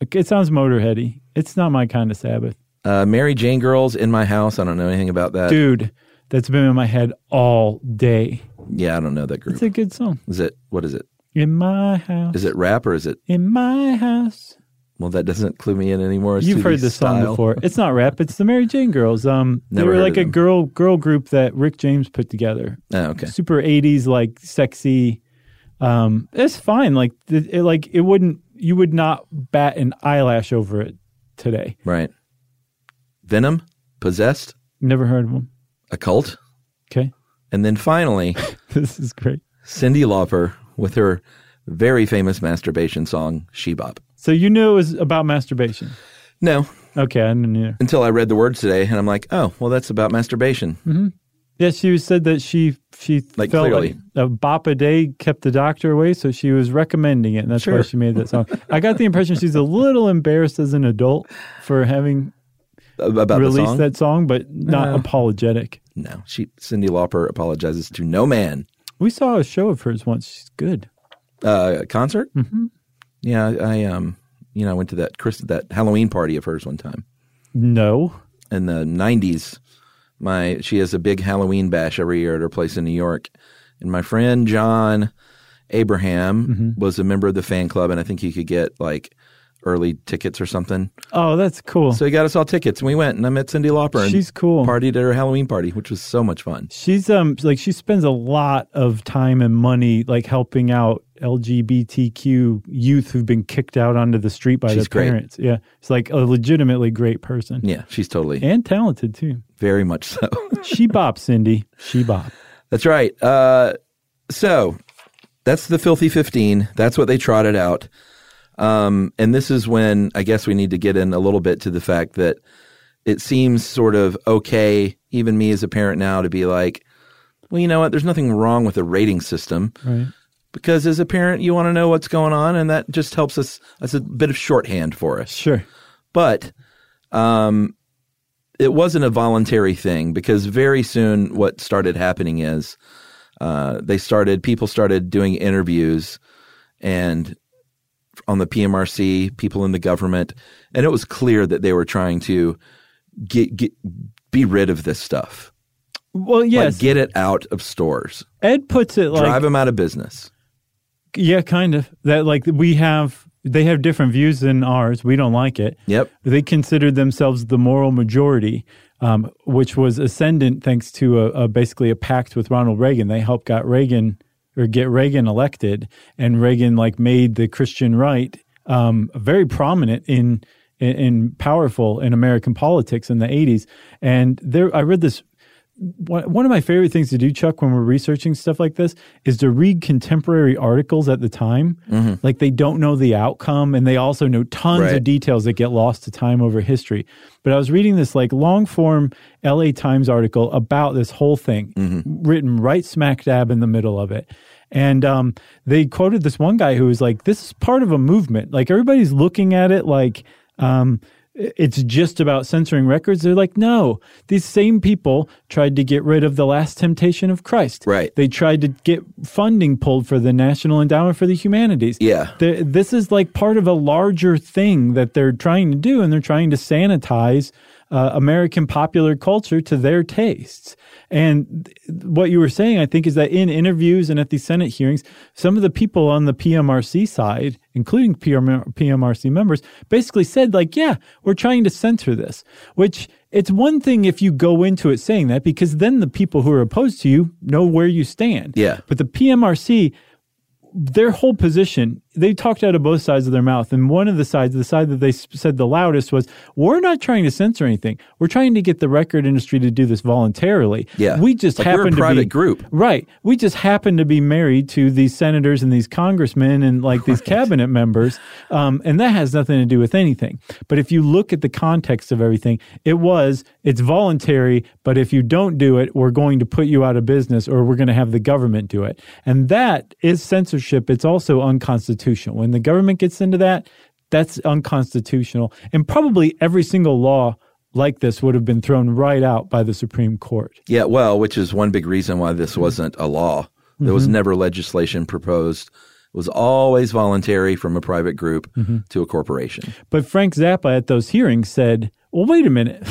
Speaker 2: Like, It sounds Motorheady. It's not my kind of Sabbath,
Speaker 3: Uh, Mary Jane Girls in my house. I don't know anything about that.
Speaker 2: dude. That's been in my head all day.
Speaker 3: Yeah, I don't know that group.
Speaker 2: It's a good song.
Speaker 3: Is it what is it?
Speaker 2: In my house.
Speaker 3: Is it rap or is it?
Speaker 2: In my house.
Speaker 3: Well, that doesn't clue me in anymore. as
Speaker 2: You've
Speaker 3: to
Speaker 2: heard
Speaker 3: the
Speaker 2: this song
Speaker 3: style.
Speaker 2: before. It's not rap. It's the Mary Jane Girls. Um, they
Speaker 3: Never
Speaker 2: were
Speaker 3: heard
Speaker 2: like
Speaker 3: of
Speaker 2: a
Speaker 3: them.
Speaker 2: girl girl group that Rick James put together.
Speaker 3: Oh, okay.
Speaker 2: super 80s like sexy um it's fine like th- it, like it wouldn't you would not bat an eyelash over it today
Speaker 3: Right. Venom, possessed,
Speaker 2: never heard of them
Speaker 3: occult,
Speaker 2: okay
Speaker 3: and then finally
Speaker 2: this is great
Speaker 3: Cindy Lauper with her very famous masturbation song "She Bop."
Speaker 2: so you knew it was about masturbation
Speaker 3: No,
Speaker 2: okay i didn't either
Speaker 3: until I read the words today, and I'm like, oh, well, that's about masturbation.
Speaker 2: yeah she said that she she
Speaker 3: Like,
Speaker 2: felt
Speaker 3: clearly.
Speaker 2: like a bop a day kept the doctor away so she was recommending it and that's why
Speaker 3: Sure.
Speaker 2: she made that song i got the impression she's a little embarrassed as an adult for having
Speaker 3: About the
Speaker 2: released
Speaker 3: song.
Speaker 2: that song but not apologetic
Speaker 3: No, she Cindy Lauper apologizes to no man.
Speaker 2: we saw a show of hers once she's good
Speaker 3: Uh, concert. Mm-hmm. Yeah, I um, you know, I went to that Chris that Halloween party of hers one time.
Speaker 2: No.
Speaker 3: in the '90s. My she has a big Halloween bash every year at her place in New York, and my friend John Abraham
Speaker 2: Mm-hmm.
Speaker 3: was a member of the fan club, and I think he could get like early tickets or something.
Speaker 2: Oh, that's cool.
Speaker 3: So he got us all tickets, and we went, and I met Cindy Lauper. And
Speaker 2: She's cool.
Speaker 3: Partied at her Halloween party, which was so much fun.
Speaker 2: She's um like she spends a lot of time and money like helping out LGBTQ youth who've been kicked out onto the street by their
Speaker 3: She's great.
Speaker 2: parents. Yeah. It's like a legitimately great person.
Speaker 3: Yeah, she's totally
Speaker 2: And talented too.
Speaker 3: very much so.
Speaker 2: She bop, Cindy. She bop.
Speaker 3: That's right. Uh, so that's the filthy 15. That's what they trotted out. Um, and this is when I guess we need to get in a little bit to the fact that it seems sort of okay, even me as a parent now, to be like, well, you know what? There's nothing wrong with a rating system
Speaker 2: Right.
Speaker 3: because as a parent, you want to know what's going on, and that just helps us. That's a bit of shorthand for us
Speaker 2: Sure.
Speaker 3: but um, it wasn't a voluntary thing because very soon what started happening is uh, they started people started doing interviews and on the PMRC, people in the government, and it was clear that they were trying to get, get be rid of this stuff,
Speaker 2: Well, yes.
Speaker 3: like get it out of stores,
Speaker 2: Ed puts it like
Speaker 3: Drive 'em drive them out of business.
Speaker 2: yeah, kind of that like we have they have different views than ours. We don't like it.
Speaker 3: Yep,
Speaker 2: They considered themselves the moral majority, um, which was ascendant thanks to a, a basically a pact with Ronald Reagan. They helped got Reagan or get Reagan elected, and Reagan like made the Christian right um, very prominent in and, and powerful in American politics in the 80s. And there, I read this. One one of my favorite things to do, Chuck, when we're researching stuff like this, is to read contemporary articles at the time. Like they don't know the outcome, and they also know tons
Speaker 3: Right.
Speaker 2: of details that get lost to time over history. But I was reading this like long form LA Times article about this whole thing, written right smack dab in the middle of it. And um, they quoted this one guy who was like, This is part of a movement. Like everybody's looking at it like, um, it's just about censoring records. They're like, no, these same people tried to get rid of The Last Temptation of Christ.
Speaker 3: Right.
Speaker 2: They tried to get funding pulled for the National Endowment for the Humanities.
Speaker 3: Yeah.
Speaker 2: They're- this is like part of a larger thing that they're trying to do, and they're trying to sanitize uh, American popular culture to their tastes. And th- what you were saying, I think, is that in interviews and at these Senate hearings, some of the people on the PMRC side, including PM- PMRC members, basically said, like, yeah, we're trying to censor this, which it's one thing if you go into it saying that, because then the people who are opposed to you know where you stand.
Speaker 3: Yeah.
Speaker 2: But the PMRC, their whole position, they talked out of both sides of their mouth. And one of the sides, the side that they s- said the loudest was, we're not trying to censor anything. We're trying to get the record industry to do this voluntarily.
Speaker 3: Yeah.
Speaker 2: We just
Speaker 3: Like, we're a
Speaker 2: happen to be
Speaker 3: private group.
Speaker 2: Right. We just happen to be married to these senators and these congressmen and like these cabinet members. Um, and that has nothing to do with anything. But if you look at the context of everything, it was, it's voluntary, but if you don't do it, we're going to put you out of business or we're going to have the government do it. And that is censorship. It's also unconstitutional. When the government gets into that, that's unconstitutional. And probably every single law like this would have been thrown right out by the Supreme Court.
Speaker 3: Yeah, well, which is one big reason why this wasn't a law. There was never legislation proposed. It was always voluntary from a private group to a corporation.
Speaker 2: But Frank Zappa at those hearings said, well, wait a minute.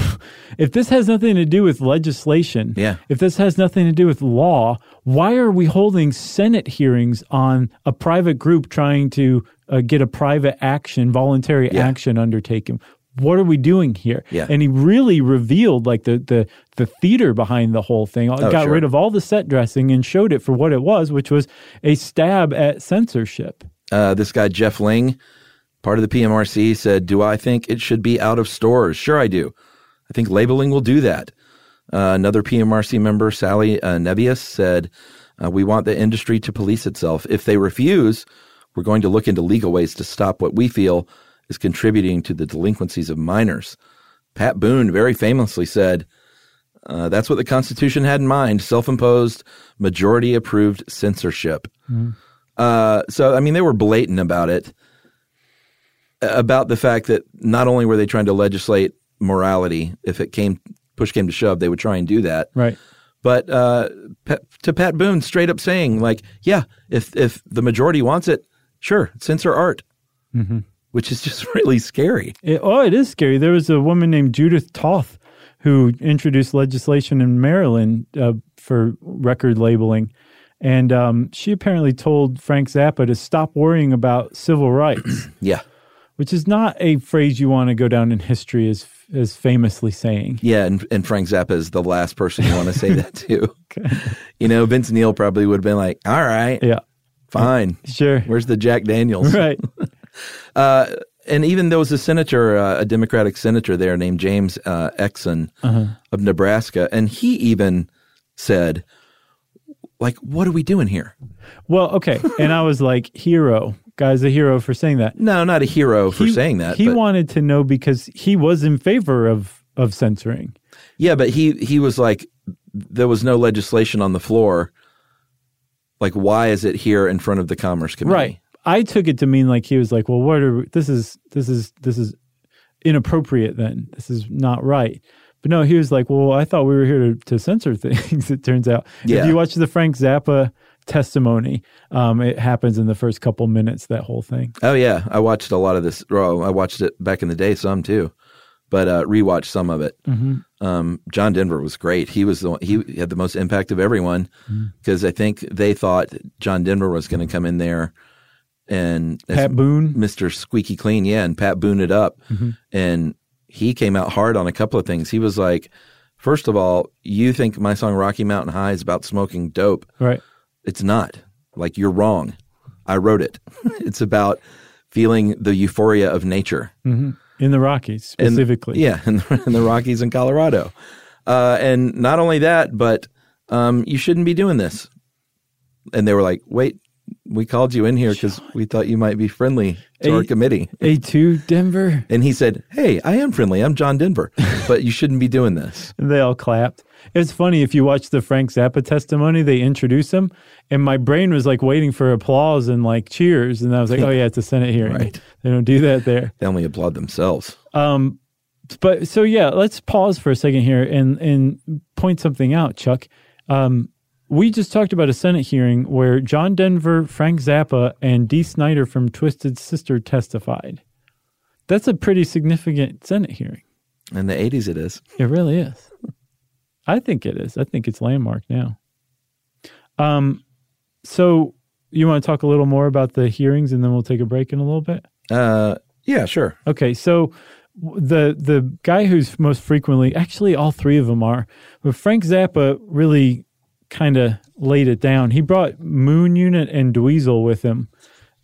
Speaker 2: if this has nothing to do with legislation,
Speaker 3: Yeah.
Speaker 2: if this has nothing to do with law, why are we holding Senate hearings on a private group trying to uh, get a private action, voluntary
Speaker 3: Yeah.
Speaker 2: action undertaken? What are we doing here?
Speaker 3: Yeah.
Speaker 2: And he really revealed like the the the theater behind the whole thing. got
Speaker 3: Oh, sure.
Speaker 2: rid of all the set dressing and showed it for what it was, which was a stab at censorship.
Speaker 3: Uh, this guy, Jeff Ling, part of the PMRC, said, Do I think it should be out of stores? Sure, I do. I think labeling will do that. Uh, another PMRC member, Sally uh, Nebius, said, uh, We want the industry to police itself. If they refuse, we're going to look into legal ways to stop what we feel is contributing to the delinquencies of minors. Pat Boone very famously said, uh, That's what the Constitution had in mind self imposed, majority approved censorship. Uh, so, I mean, they were blatant about it, uh, about the fact that not only were they trying to legislate morality, if it came push came to shove, they would try and do that.
Speaker 2: Right.
Speaker 3: But uh, Pat, to Pat Boone, straight up saying, like, yeah, if if the majority wants it, sure, censor art, which is just really scary.
Speaker 2: It, oh, it is scary. There was a woman named Judith Toth who introduced legislation in Maryland uh, for record labeling. And um, she apparently told Frank Zappa to stop worrying about civil rights,
Speaker 3: Yeah,
Speaker 2: which is not a phrase you want to go down in history as, as famously saying.
Speaker 3: yeah, and, and Frank Zappa is the last person you want to say that to. You know, Vince Neil probably would have been like, all right,
Speaker 2: Yeah,
Speaker 3: fine,
Speaker 2: sure.
Speaker 3: Where's the Jack Daniels?
Speaker 2: Right.
Speaker 3: and even there was a senator, uh, a Democratic senator there named James uh, Exon
Speaker 2: Uh-huh.
Speaker 3: of Nebraska, and he even said, "Like, what are we doing here?"
Speaker 2: Well, okay. And I was like, hero. Guy's a hero for saying that.
Speaker 3: No, not a hero for
Speaker 2: He-
Speaker 3: saying that.
Speaker 2: He
Speaker 3: but,
Speaker 2: wanted to know because he was in favor of, of censoring.
Speaker 3: yeah, but he he was like, there was no legislation on the floor. Like, why is it here in front of the Commerce Committee?
Speaker 2: Right. I took it to mean like he was like, well, what are this is this is this is inappropriate then. This is not right. But no, he was like, well, I thought we were here to, to censor things. It turns out,
Speaker 3: Yeah.
Speaker 2: if you watch the Frank Zappa testimony, um, it happens in the first couple minutes. That whole thing.
Speaker 3: Oh yeah, I watched a lot of this. Well, I watched it back in the day, some too, but uh, rewatched some of it.
Speaker 2: Mm-hmm.
Speaker 3: Um, John Denver was great. He was the one, he had the most impact of everyone
Speaker 2: Mm-hmm.
Speaker 3: because I think they thought John Denver was going to come in there and as
Speaker 2: Pat Boone. Mm-hmm.
Speaker 3: Mr. Squeaky Clean, yeah, and Pat Boone it up, and he came out hard on a couple of things. He was like, first of all, you think my song Rocky Mountain High is about smoking dope?
Speaker 2: Right.
Speaker 3: It's not. Like you're wrong. I wrote it. it's about feeling the euphoria of nature.
Speaker 2: in the Rockies
Speaker 3: in-
Speaker 2: specifically.
Speaker 3: yeah, in the, in the Rockies and Colorado. Uh, and not only that, but um, you shouldn't be doing this. And they were like, wait, we called you in here because we thought you might be friendly to our
Speaker 2: Hey.
Speaker 3: committee.
Speaker 2: A two Denver,
Speaker 3: And he said, hey, I am friendly. I'm John Denver, but you shouldn't be doing this.
Speaker 2: and they all clapped. It's funny if you watch the Frank Zappa testimony, they introduce him, and my brain was like waiting for applause and like cheers, and I was like, oh yeah, it's a Senate hearing.
Speaker 3: Right.
Speaker 2: They don't do that there.
Speaker 3: They only applaud themselves.
Speaker 2: but so yeah, let's pause for a second here and and point something out, Chuck. Um, we just talked about a Senate hearing where John Denver, Frank Zappa, and Dee Snyder from Twisted Sister testified. That's a pretty significant Senate hearing.
Speaker 3: In the 80s, it is.
Speaker 2: It really is. I think it is. I think it's landmark now. Um, so you want to talk a little more about the hearings, and then we'll take a break in a little bit.
Speaker 3: Uh, yeah, sure.
Speaker 2: Okay, so w- the the guy who's most frequently, actually, all three of them are, but Frank Zappa really kind of laid it down. He brought Moon Unit and Dweezil with him,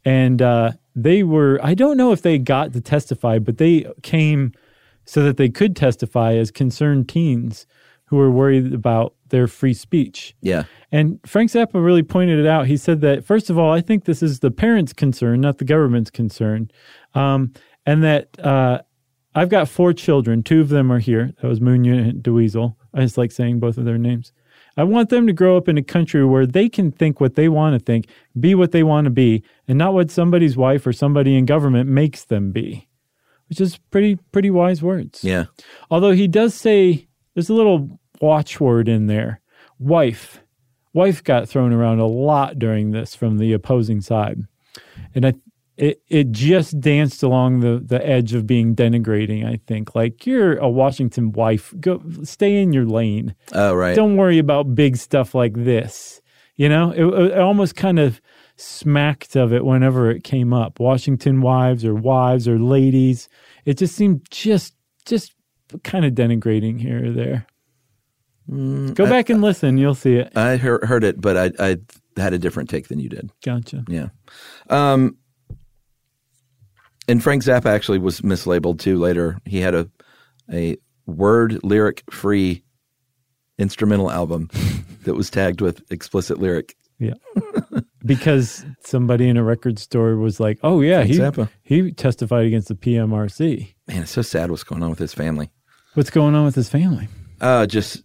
Speaker 2: and uh, they were. I don't know if they got to testify, but they came so that they could testify as concerned teens who were worried about their free speech.
Speaker 3: Yeah.
Speaker 2: And Frank Zappa really pointed it out. He said that, first of all, I think this is the parents' concern, not the government's concern. Um, and that uh, I've got four children. Two of them are here. That was Moon Unit and Dweezil. I just like saying both of their names. I want them to grow up in a country where they can think what they want to think, be what they want to be, and not what somebody's wife or somebody in government makes them be, which is pretty pretty wise words.
Speaker 3: Yeah.
Speaker 2: Although he does say there's a little watchword in there wife. Wife got thrown around a lot during this from the opposing side. And I, it, it just danced along the, the edge of being denigrating, I think. Like, you're a Washington wife. Go stay in your lane.
Speaker 3: Oh, right.
Speaker 2: Don't worry about big stuff like this. You know, it, it almost kind of smacked of it whenever it came up. Washington wives or wives or ladies. It just seemed just just kind of denigrating here or there. Go back and listen, you'll see it.
Speaker 3: I hear, heard it, but I, I had a different take than you did.
Speaker 2: Gotcha.
Speaker 3: Yeah. Um, and Frank Zappa actually was mislabeled too later. He had a a word lyric free instrumental album that was tagged with explicit lyric.
Speaker 2: Yeah. because somebody in a record store was like, "Oh yeah, he
Speaker 3: Zappa.
Speaker 2: he testified against the PMRC.
Speaker 3: Man, it's so sad what's going on with his family.
Speaker 2: What's going on with his family?"
Speaker 3: Uh, just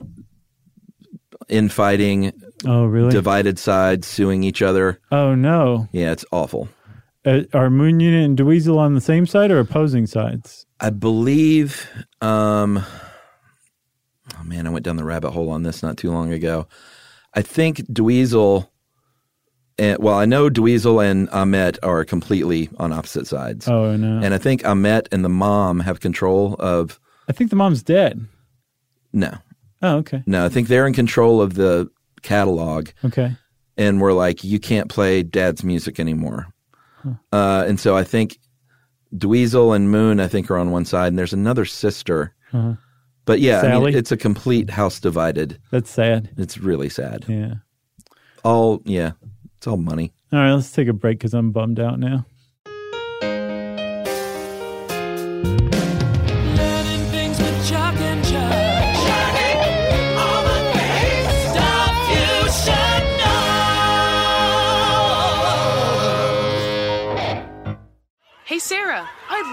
Speaker 3: infighting,
Speaker 2: Oh, really?
Speaker 3: divided sides, suing each other.
Speaker 2: oh no.
Speaker 3: Yeah, it's awful.
Speaker 2: Uh, are Moon Unit and Dweezil on the same side or opposing sides?
Speaker 3: I believe. Um, oh man, I went down the rabbit hole on this not too long ago. I think Dweezil. And, well, I know Dweezil and Ahmet are completely on opposite sides,
Speaker 2: Oh no.
Speaker 3: and I think Ahmet and the mom have control of.
Speaker 2: I think the mom's dead.
Speaker 3: No,
Speaker 2: Oh, okay.
Speaker 3: no, I think they're in control of the catalog,
Speaker 2: Okay.
Speaker 3: and we're like, you can't play dad's music anymore.
Speaker 2: Hmm.
Speaker 3: Uh, and so I think Dweezil and Moon, I think, are on one side, and there's another sister. But yeah, I
Speaker 2: Mm-hmm. Sally?
Speaker 3: mean, it's a complete house divided.
Speaker 2: That's sad.
Speaker 3: It's really sad.
Speaker 2: Yeah.
Speaker 3: All, yeah, it's all money.
Speaker 2: All right, let's take a break because I'm bummed out now.
Speaker 4: Learning things with Chuck and Chuck. All the big stuff you should know.
Speaker 6: Hey Sarah, I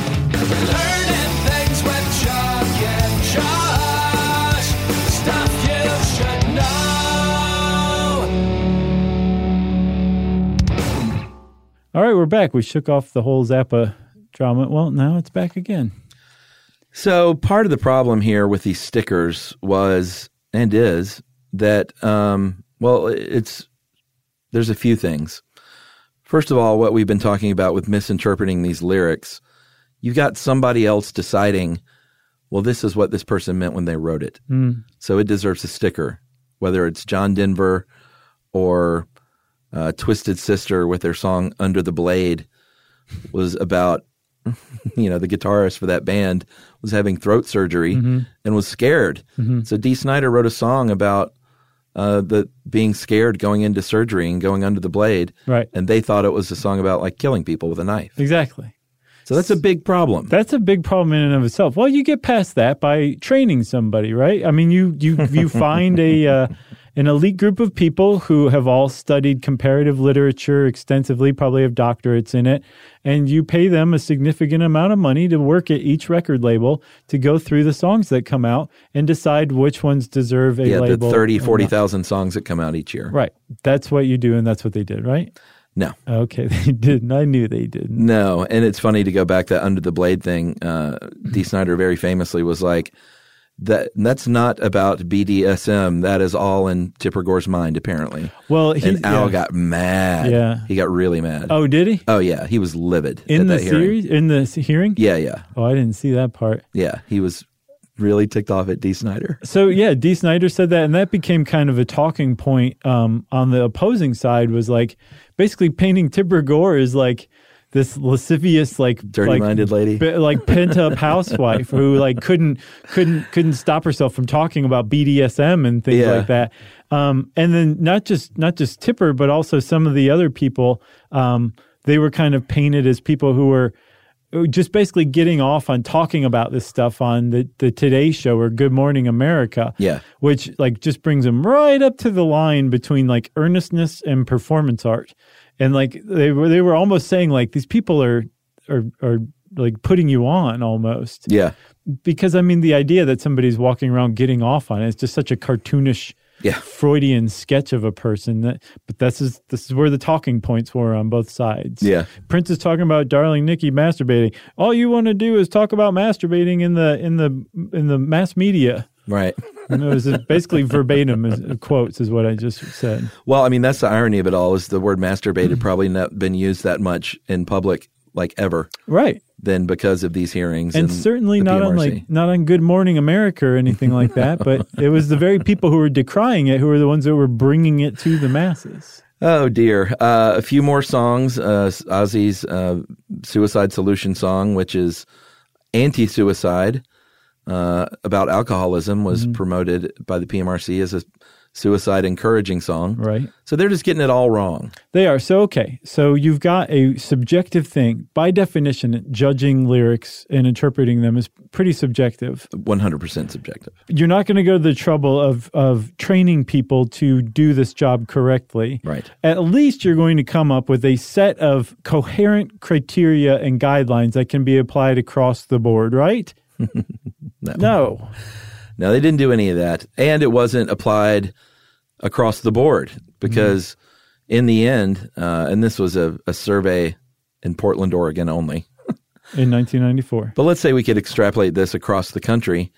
Speaker 4: Learning things with Chuck and Josh. Stuff you should know.
Speaker 2: All right, we're back. We shook off the whole Zappa drama. Well, now it's back again.
Speaker 3: So part of the problem here with these stickers was and is that um, well, it's there's a few things. First of all, what we've been talking about with misinterpreting these lyrics, you've got somebody else deciding, well, this is what this person meant when they wrote it. So it deserves a sticker, whether it's John Denver or uh, Twisted Sister with their song Under the Blade was about you know, the guitarist for that band was having throat surgery and was scared. So D. Snyder wrote a song about uh, the being scared going into surgery and going under the blade.
Speaker 2: Right.
Speaker 3: And they thought it was a song about like killing people with a knife.
Speaker 2: Exactly.
Speaker 3: So that's a big problem.
Speaker 2: That's a big problem in and of itself. Well, you get past that by training somebody, right? I mean, you you you find a uh, an elite group of people who have all studied comparative literature extensively, probably have doctorates in it, and you pay them a significant amount of money to work at each record label to go through the songs that come out and decide which ones deserve a
Speaker 3: yeah, the
Speaker 2: label.
Speaker 3: 30,
Speaker 2: and not.
Speaker 3: 40,000 songs that come out each year.
Speaker 2: Right. That's what you do, and that's what they did, right?
Speaker 3: No,
Speaker 2: Okay, they didn't. I knew they didn't.
Speaker 3: no. And it's funny to go back that Under the Blade thing. Uh,
Speaker 2: Mm-hmm.
Speaker 3: D. Snyder very famously was like, that that's not about BDSM. That is all in Tipper Gore's mind, apparently.
Speaker 2: Well, he,
Speaker 3: and Al
Speaker 2: yeah.
Speaker 3: got mad.
Speaker 2: Yeah.
Speaker 3: He got really mad.
Speaker 2: Oh, did he?
Speaker 3: Oh, yeah. He was livid at
Speaker 2: in the
Speaker 3: that hearing.
Speaker 2: series, in the s- hearing.
Speaker 3: Yeah, yeah.
Speaker 2: Oh, I didn't see that part.
Speaker 3: Yeah. He was really ticked off at D. Snyder.
Speaker 2: So yeah, D. Snyder said that, and that became kind of a talking point um, on the opposing side. Was like basically painting Tipper Gore as like this lascivious, like like,
Speaker 3: Dirty-minded lady.
Speaker 2: bi- like pent up housewife who like couldn't couldn't couldn't stop herself from talking about BDSM and things
Speaker 3: Yeah.
Speaker 2: like that. Um, and then not just not just Tipper, but also some of the other people. Um, they were kind of painted as people who were just basically getting off on talking about this stuff on the, the Today Show or Good Morning America.
Speaker 3: Yeah.
Speaker 2: Which like just brings them right up to the line between like earnestness and performance art. And like they were they were almost saying like these people are are are like putting you on almost
Speaker 3: Yeah.
Speaker 2: because I mean the idea that somebody's walking around getting off on it is just such a cartoonish
Speaker 3: Yeah.
Speaker 2: Freudian sketch of a person that but this is this is where the talking points were on both sides.
Speaker 3: Yeah.
Speaker 2: Prince is talking about darling Nikki masturbating. All you want to do is talk about masturbating in the in the in the mass media.
Speaker 3: Right.
Speaker 2: And it was basically verbatim is, uh, quotes is what I just said.
Speaker 3: Well, I mean, that's the irony of it all is the word
Speaker 2: Mm.
Speaker 3: masturbated probably not been used that much in public, like ever,
Speaker 2: Right.
Speaker 3: than because of these hearings.
Speaker 2: and certainly
Speaker 3: the
Speaker 2: not on
Speaker 3: PMRC.
Speaker 2: like not on Good Morning America or anything like that. But it was the very people who were decrying it who were the ones that were bringing it to the masses.
Speaker 3: Oh dear! Uh, a few more songs. Uh, Ozzy's uh, "Suicide Solution" song, which is anti-suicide uh, about alcoholism, was
Speaker 2: Mm-hmm.
Speaker 3: promoted by the PMRC as a suicide encouraging song.
Speaker 2: Right.
Speaker 3: So they're just getting it all wrong.
Speaker 2: They are. So, okay. So, you've got a subjective thing. By definition, judging lyrics and interpreting them is pretty subjective.
Speaker 3: One hundred percent subjective.
Speaker 2: You're not going to go to the trouble of, of training people to do this job correctly.
Speaker 3: Right.
Speaker 2: At least you're going to come up with a set of coherent criteria and guidelines that can be applied across the board, right? no. No.
Speaker 3: No, they didn't do any of that, and it wasn't applied across the board because, in the end, uh, and this was a, a survey in Portland, Oregon only.
Speaker 2: in 1994.
Speaker 3: But let's say we could extrapolate this across the country.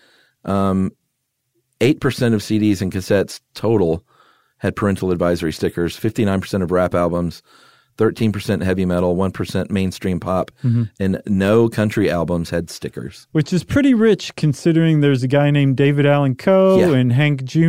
Speaker 3: um, Eight percent of CDs and cassettes total had parental advisory stickers. Fifty-nine percent of rap albums, thirteen percent heavy metal, one percent mainstream pop, and no country albums had stickers.
Speaker 2: Which is pretty rich considering there's a guy named David Allen Coe
Speaker 3: Yeah.
Speaker 2: and Hank Jr.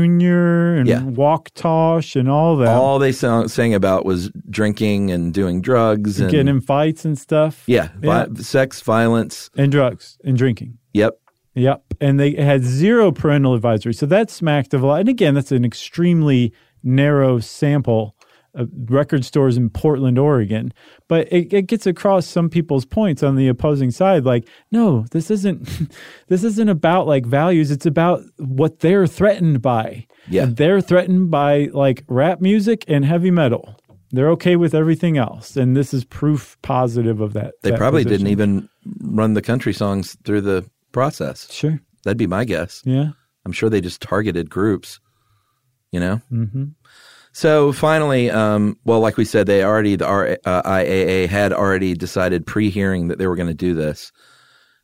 Speaker 2: and
Speaker 3: Yeah.
Speaker 2: Walktosh and all that.
Speaker 3: All they sang, sang about was drinking and doing drugs and
Speaker 2: Getting in fights and stuff.
Speaker 3: yeah, vi- sex, violence.
Speaker 2: And drugs and drinking.
Speaker 3: Yep.
Speaker 2: Yep. And they had zero parental advisory. So that smacked of a lot. And again, that's an extremely narrow sample of record stores in Portland, Oregon. But it, it gets across some people's points on the opposing side. Like, no, this isn't this isn't about like values. It's about what they're threatened by.
Speaker 3: Yeah.
Speaker 2: And they're threatened by like rap music and heavy metal. They're okay with everything else. And this is proof positive of that.
Speaker 3: They
Speaker 2: that
Speaker 3: probably
Speaker 2: position.
Speaker 3: didn't even run the country songs through the process.
Speaker 2: Sure.
Speaker 3: That'd be my guess.
Speaker 2: Yeah.
Speaker 3: I'm sure they just targeted groups, you know? Mm-hmm. So finally, um, well, like we said, they already, the R- uh, IAA had already decided pre hearing that they were going to do this.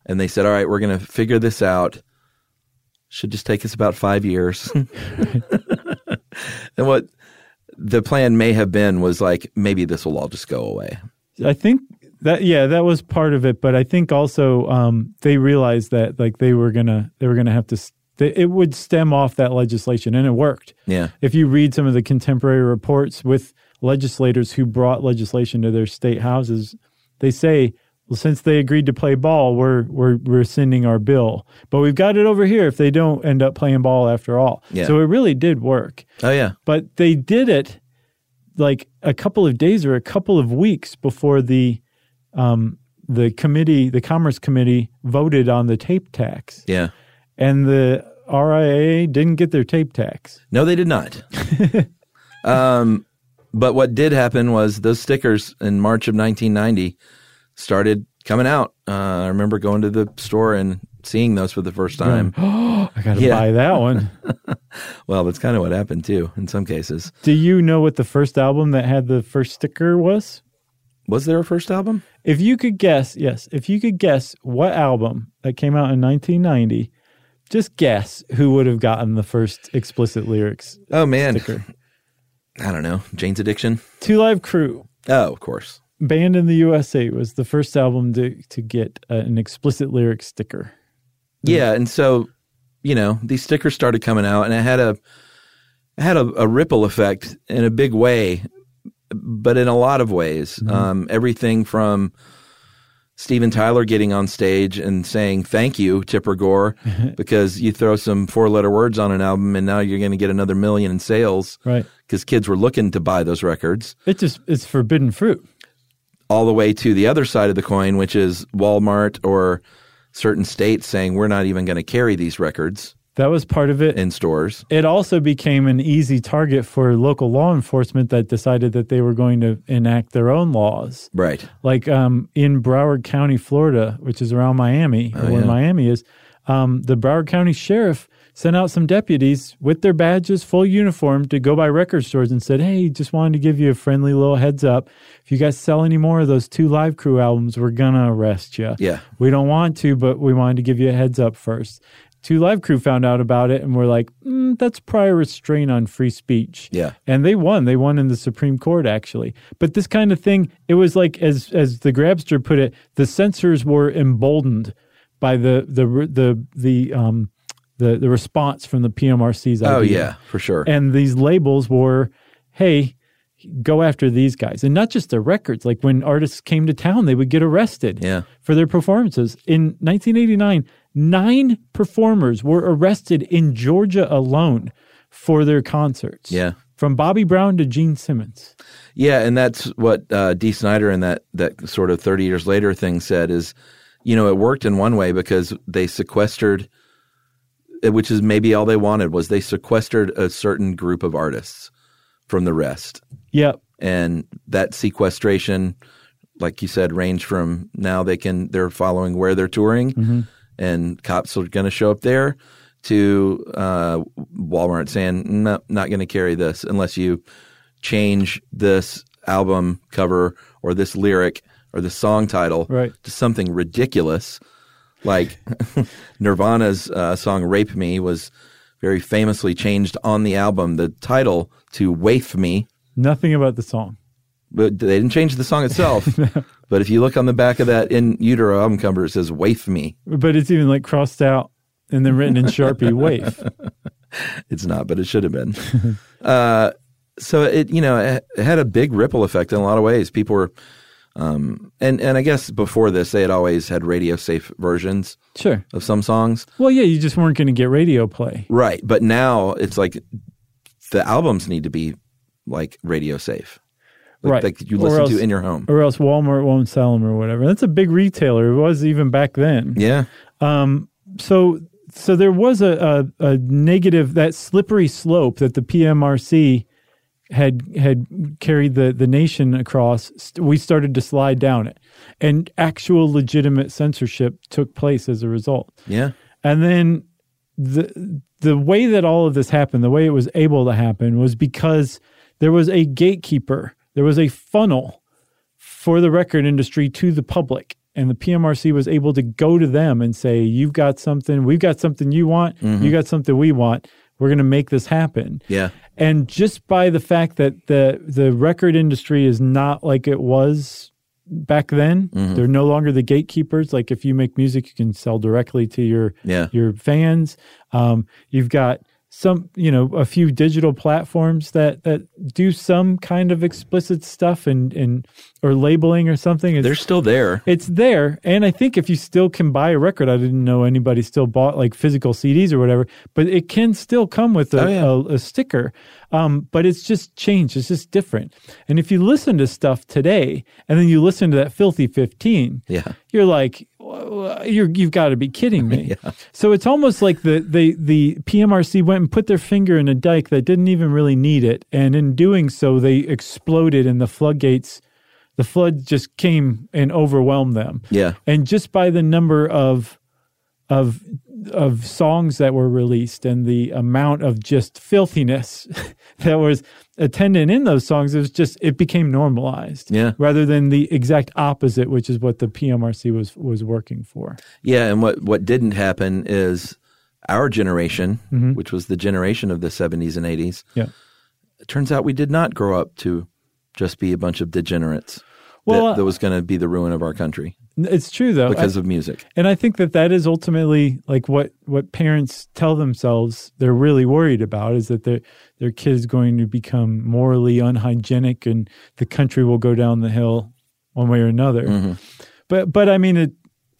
Speaker 3: And they said, all right, we're going to figure this out. Should just take us about five years. and what the plan may have been was like, maybe this will all just go away.
Speaker 2: I think that yeah, that was part of it, but I think also um, they realized that like they were gonna they were gonna have to st- it would stem off that legislation, and it worked.
Speaker 3: Yeah.
Speaker 2: If you read some of the contemporary reports with legislators who brought legislation to their state houses, they say, well, since they agreed to play ball, we're we're rescinding our bill, but we've got it over here. If they don't end up playing ball after all,
Speaker 3: Yeah.
Speaker 2: so it really did work
Speaker 3: Oh, yeah.
Speaker 2: but they did it like a couple of days or a couple of weeks before the um, the committee, the Commerce Committee, voted on the tape tax,
Speaker 3: Yeah.
Speaker 2: and the RIAA didn't get their tape tax.
Speaker 3: No, they did not. um, but what did happen was those stickers in March of 1990 started coming out. Uh, I remember going to the store and seeing those for the first time.
Speaker 2: I got to
Speaker 3: Yeah.
Speaker 2: buy that one.
Speaker 3: Well, that's kind of what happened too in some cases.
Speaker 2: Do you know what the first album that had the first sticker was?
Speaker 3: Was there a first album?
Speaker 2: If you could guess, yes, if you could guess what album that came out in 1990, just guess who would have gotten the first explicit lyrics.
Speaker 3: Oh man, I don't know. Jane's Addiction.
Speaker 2: Two Live Crew,
Speaker 3: Oh, of course.
Speaker 2: Band in the USA was the first album to, to get uh, an explicit lyric sticker.
Speaker 3: Yeah, and so you know these stickers started coming out, and it had a it had a, a ripple effect in a big way, but in a lot of ways. Um, everything from Steven Tyler getting on stage and saying thank you, Tipper Gore, because you throw some four letter words on an album, and now you're going to get another million in sales,
Speaker 2: Right.
Speaker 3: Because kids were looking to buy those records
Speaker 2: It just it's forbidden fruit.
Speaker 3: all the way to the other side of the coin, which is Walmart or certain states saying we're not even going to carry these records
Speaker 2: That was part of it.
Speaker 3: in stores.
Speaker 2: it also became an easy target for local law enforcement that decided that they were going to enact their own laws.
Speaker 3: Right.
Speaker 2: Like um, in Broward County, Florida, which is around Miami, or where Miami is, um, the Broward County Sheriff sent out some deputies with their badges, full uniform, to go by record stores and said, "Hey, just wanted to give you a friendly little heads up. If you guys sell any more of those two Live Crew albums, we're gonna arrest you.
Speaker 3: Yeah.
Speaker 2: we don't want to, but we wanted to give you a heads up first. Two Live Crew found out about it and were like, mm, "That's prior restraint on free speech."
Speaker 3: Yeah.
Speaker 2: and they won. They won in the Supreme Court actually. But this kind of thing, it was like as as the grabster put it, the censors were emboldened by the the the the um the the response from the PMRC's idea.
Speaker 3: Oh yeah, for sure.
Speaker 2: And these labels were, hey, go after these guys. And not just their records. Like when artists came to town, they would get arrested
Speaker 3: Yeah.
Speaker 2: for their performances. In 1989, nine performers were arrested in Georgia alone for their concerts.
Speaker 3: Yeah.
Speaker 2: From Bobby Brown to Gene Simmons.
Speaker 3: yeah, and that's what uh, D. Snyder and that that sort of thirty years later thing said is, you know, it worked in one way because they sequestered, eh, which is maybe all they wanted was they sequestered a certain group of artists from the rest,
Speaker 2: Yep.
Speaker 3: and that sequestration, like you said, range from now they can they're following where they're touring, and cops are going to show up there. To uh, Walmart saying no, not going to carry this unless you change this album cover or this lyric or or the song title
Speaker 2: Right.
Speaker 3: to something ridiculous. Like Nirvana's uh, song Rape Me was very famously changed on the album, the title to Waif Me.
Speaker 2: Nothing about the song.
Speaker 3: But they didn't change the song itself. But if you look on the back of that in utero album cover, it says Waif Me.
Speaker 2: But it's even like crossed out and then written in Sharpie wave.
Speaker 3: It's not, but it should have been. uh, so it, you know, it, it had a big ripple effect in a lot of ways. People were, um, and and I guess before this, they had always had radio safe versions
Speaker 2: Sure.
Speaker 3: of some songs,
Speaker 2: Well, yeah, you just weren't going to get radio play.
Speaker 3: right? But now it's like the albums need to be like radio safe, like,
Speaker 2: Right.
Speaker 3: Like you
Speaker 2: Or
Speaker 3: listen to
Speaker 2: else-
Speaker 3: in your home.
Speaker 2: Or else Walmart won't sell them or whatever. That's a big retailer. It was even back then.
Speaker 3: yeah,
Speaker 2: so so there was a, a, a negative that slippery slope that the PMRC had had carried the, the nation across. St- we started to slide down it, and actual legitimate censorship took place as a result.
Speaker 3: yeah,
Speaker 2: And then the the way that all of this happened, the way it was able to happen was because there was a gatekeeper, there was a funnel for the record industry to the public. And the PMRC was able to go to them and say, You've got something, we've got something you want, you got something we want. We're gonna make this happen.
Speaker 3: yeah.
Speaker 2: And just by the fact that the the record industry is not like it was back then,
Speaker 3: Mm-hmm.
Speaker 2: they're no longer the gatekeepers. Like if you make music, you can sell directly to your
Speaker 3: Yeah.
Speaker 2: your fans. Um, you've got some, you know, a few digital platforms that that do some kind of explicit stuff and and or labeling or something. It's-
Speaker 3: They're still there.
Speaker 2: it's there. And I think if you still can buy a record, I didn't know anybody still bought like physical CDs or whatever, but it can still come with a,
Speaker 3: Oh, yeah.
Speaker 2: a, a sticker. Um, but it's just changed. It's just different. And if you listen to stuff today and then you listen to that filthy 15,
Speaker 3: Yeah.
Speaker 2: you're like, "Wha- you're, you've got to be kidding me. So it's almost like the, the, the PMRC went and put their finger in a dike that didn't even really need it. And in doing so, they exploded and the floodgates the flood just came and overwhelmed them.
Speaker 3: Yeah.
Speaker 2: And just by the number of of of songs that were released and the amount of just filthiness that was attendant in those songs, it was just it became normalized.
Speaker 3: Yeah.
Speaker 2: Rather than the exact opposite, which is what the PMRC was was working for.
Speaker 3: Yeah, and what what didn't happen is our generation, which was the generation of the 70s and 80s,
Speaker 2: Mm-hmm. Yeah.
Speaker 3: it turns out we did not grow up to just be a bunch of degenerates.
Speaker 2: Well,
Speaker 3: that, that was going to be the ruin of our country
Speaker 2: It's true though. I-
Speaker 3: because of music.
Speaker 2: and I think that that is ultimately like what what parents tell themselves they're really worried about is that their their kid is going to become morally unhygienic and the country will go down the hill one way or another.
Speaker 3: Mm-hmm.
Speaker 2: But but I mean it,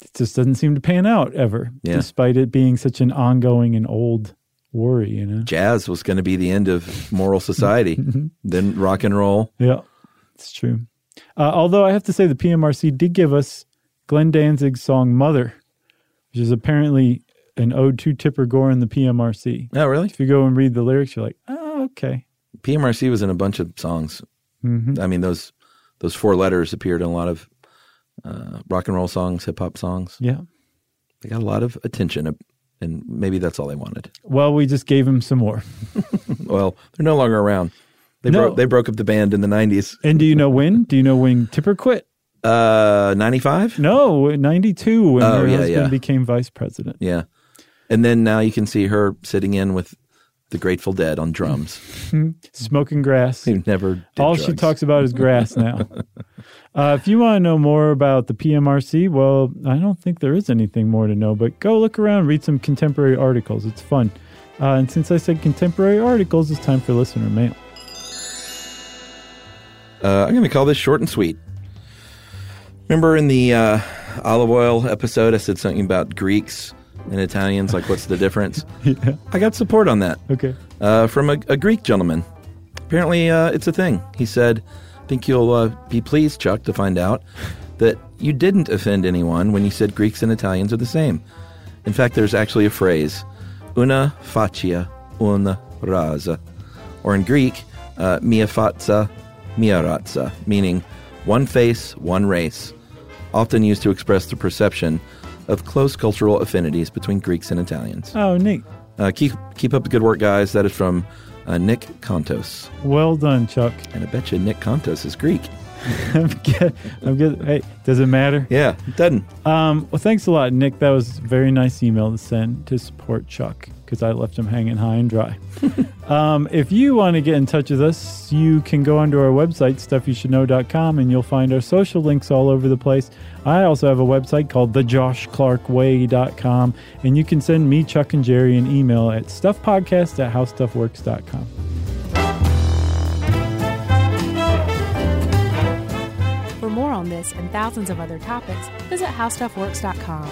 Speaker 2: it just doesn't seem to pan out ever,
Speaker 3: Yeah.
Speaker 2: despite it being such an ongoing and old worry. You know.
Speaker 3: Jazz was going to be the end of moral society.
Speaker 2: Mm-hmm.
Speaker 3: then rock and roll.
Speaker 2: Yeah, it's true. Uh, although I have to say, the PMRC did give us Glenn Danzig's song "Mother," which is apparently an ode to Tipper Gore and the PMRC.
Speaker 3: Oh, really?
Speaker 2: If you go and read the lyrics, you're like, oh, okay.
Speaker 3: PMRC was in a bunch of songs.
Speaker 2: Mm-hmm.
Speaker 3: I mean, those those four letters appeared in a lot of uh, rock and roll songs, hip hop songs.
Speaker 2: Yeah.
Speaker 3: They got a lot of attention, uh, and maybe that's all they wanted.
Speaker 2: Well, we just gave him some more.
Speaker 3: Well, they're no longer around. They
Speaker 2: No.
Speaker 3: broke they broke up the band in the nineties.
Speaker 2: And do you know when? Do you know when Tipper quit?
Speaker 3: Uh ninety five?
Speaker 2: No, in 92 when
Speaker 3: Oh,
Speaker 2: her
Speaker 3: yeah,
Speaker 2: husband
Speaker 3: yeah.
Speaker 2: became vice president.
Speaker 3: Yeah. And then now you can see her sitting in with the Grateful Dead on drums.
Speaker 2: Smoking grass.
Speaker 3: Who never did
Speaker 2: All she
Speaker 3: drugs.
Speaker 2: talks about is grass now. uh, if you want to know more about the PMRC, well, I don't think there is anything more to know, but go look around, read some contemporary articles. It's fun. Uh, and since I said contemporary articles, it's time for listener mail.
Speaker 3: Uh, I'm going to call this short and sweet. Remember in the uh, olive oil episode, I said something about Greeks and Italians, like what's the difference? I got support on that.
Speaker 2: Okay.
Speaker 3: uh, from a, a Greek gentleman. Apparently, uh, it's a thing. He said, I think you'll uh, be pleased, Chuck, to find out that you didn't offend anyone when you said Greeks and Italians are the same. In fact, there's actually a phrase, una faccia, una rasa, or in Greek, uh, mia faccia, mia razza, meaning one face, one race, often used to express the perception of close cultural affinities between Greeks and Italians.
Speaker 2: Oh, neat.
Speaker 3: Uh, keep keep up the good work, guys. That is from uh, Nick Kontos,
Speaker 2: Well done, Chuck.
Speaker 3: and I bet you Nick Kontos is Greek.
Speaker 2: I'm good. I'm good. Hey, does it matter?
Speaker 3: Yeah, it doesn't.
Speaker 2: Um, well, thanks a lot, Nick. That was a very nice email to send to support Chuck because I left him hanging high and dry. um, if you want to get in touch with us, you can go onto our website, stuffyoushouldknow.com, and you'll find our social links all over the place. I also have a website called thejoshclarkway.com, and you can send me, Chuck, and Jerry an email at stuffpodcast at howstuffworks.com.
Speaker 1: For more on this and thousands of other topics, visit howstuffworks.com.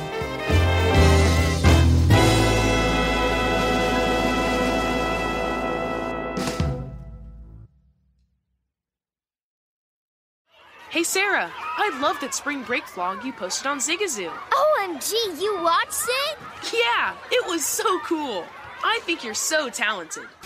Speaker 6: Hey Sarah, I love that spring break vlog you posted on Zigazoo.
Speaker 7: OMG, you watched it?
Speaker 6: Yeah, it was so cool. I think you're so talented.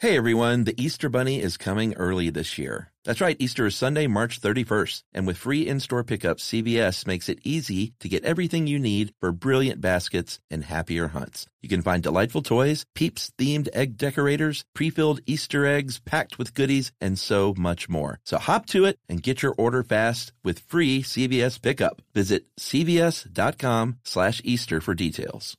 Speaker 3: Hey everyone, the Easter Bunny is coming early this year. That's right, Easter is Sunday, March 31st, and with free in-store pickup, CVS makes it easy to get everything you need for brilliant baskets and happier hunts. You can find delightful toys, Peeps themed egg decorators, pre-filled Easter eggs packed with goodies, and so much more. So hop to it and get your order fast with free CVS pickup. Visit cvs.com/easter for details.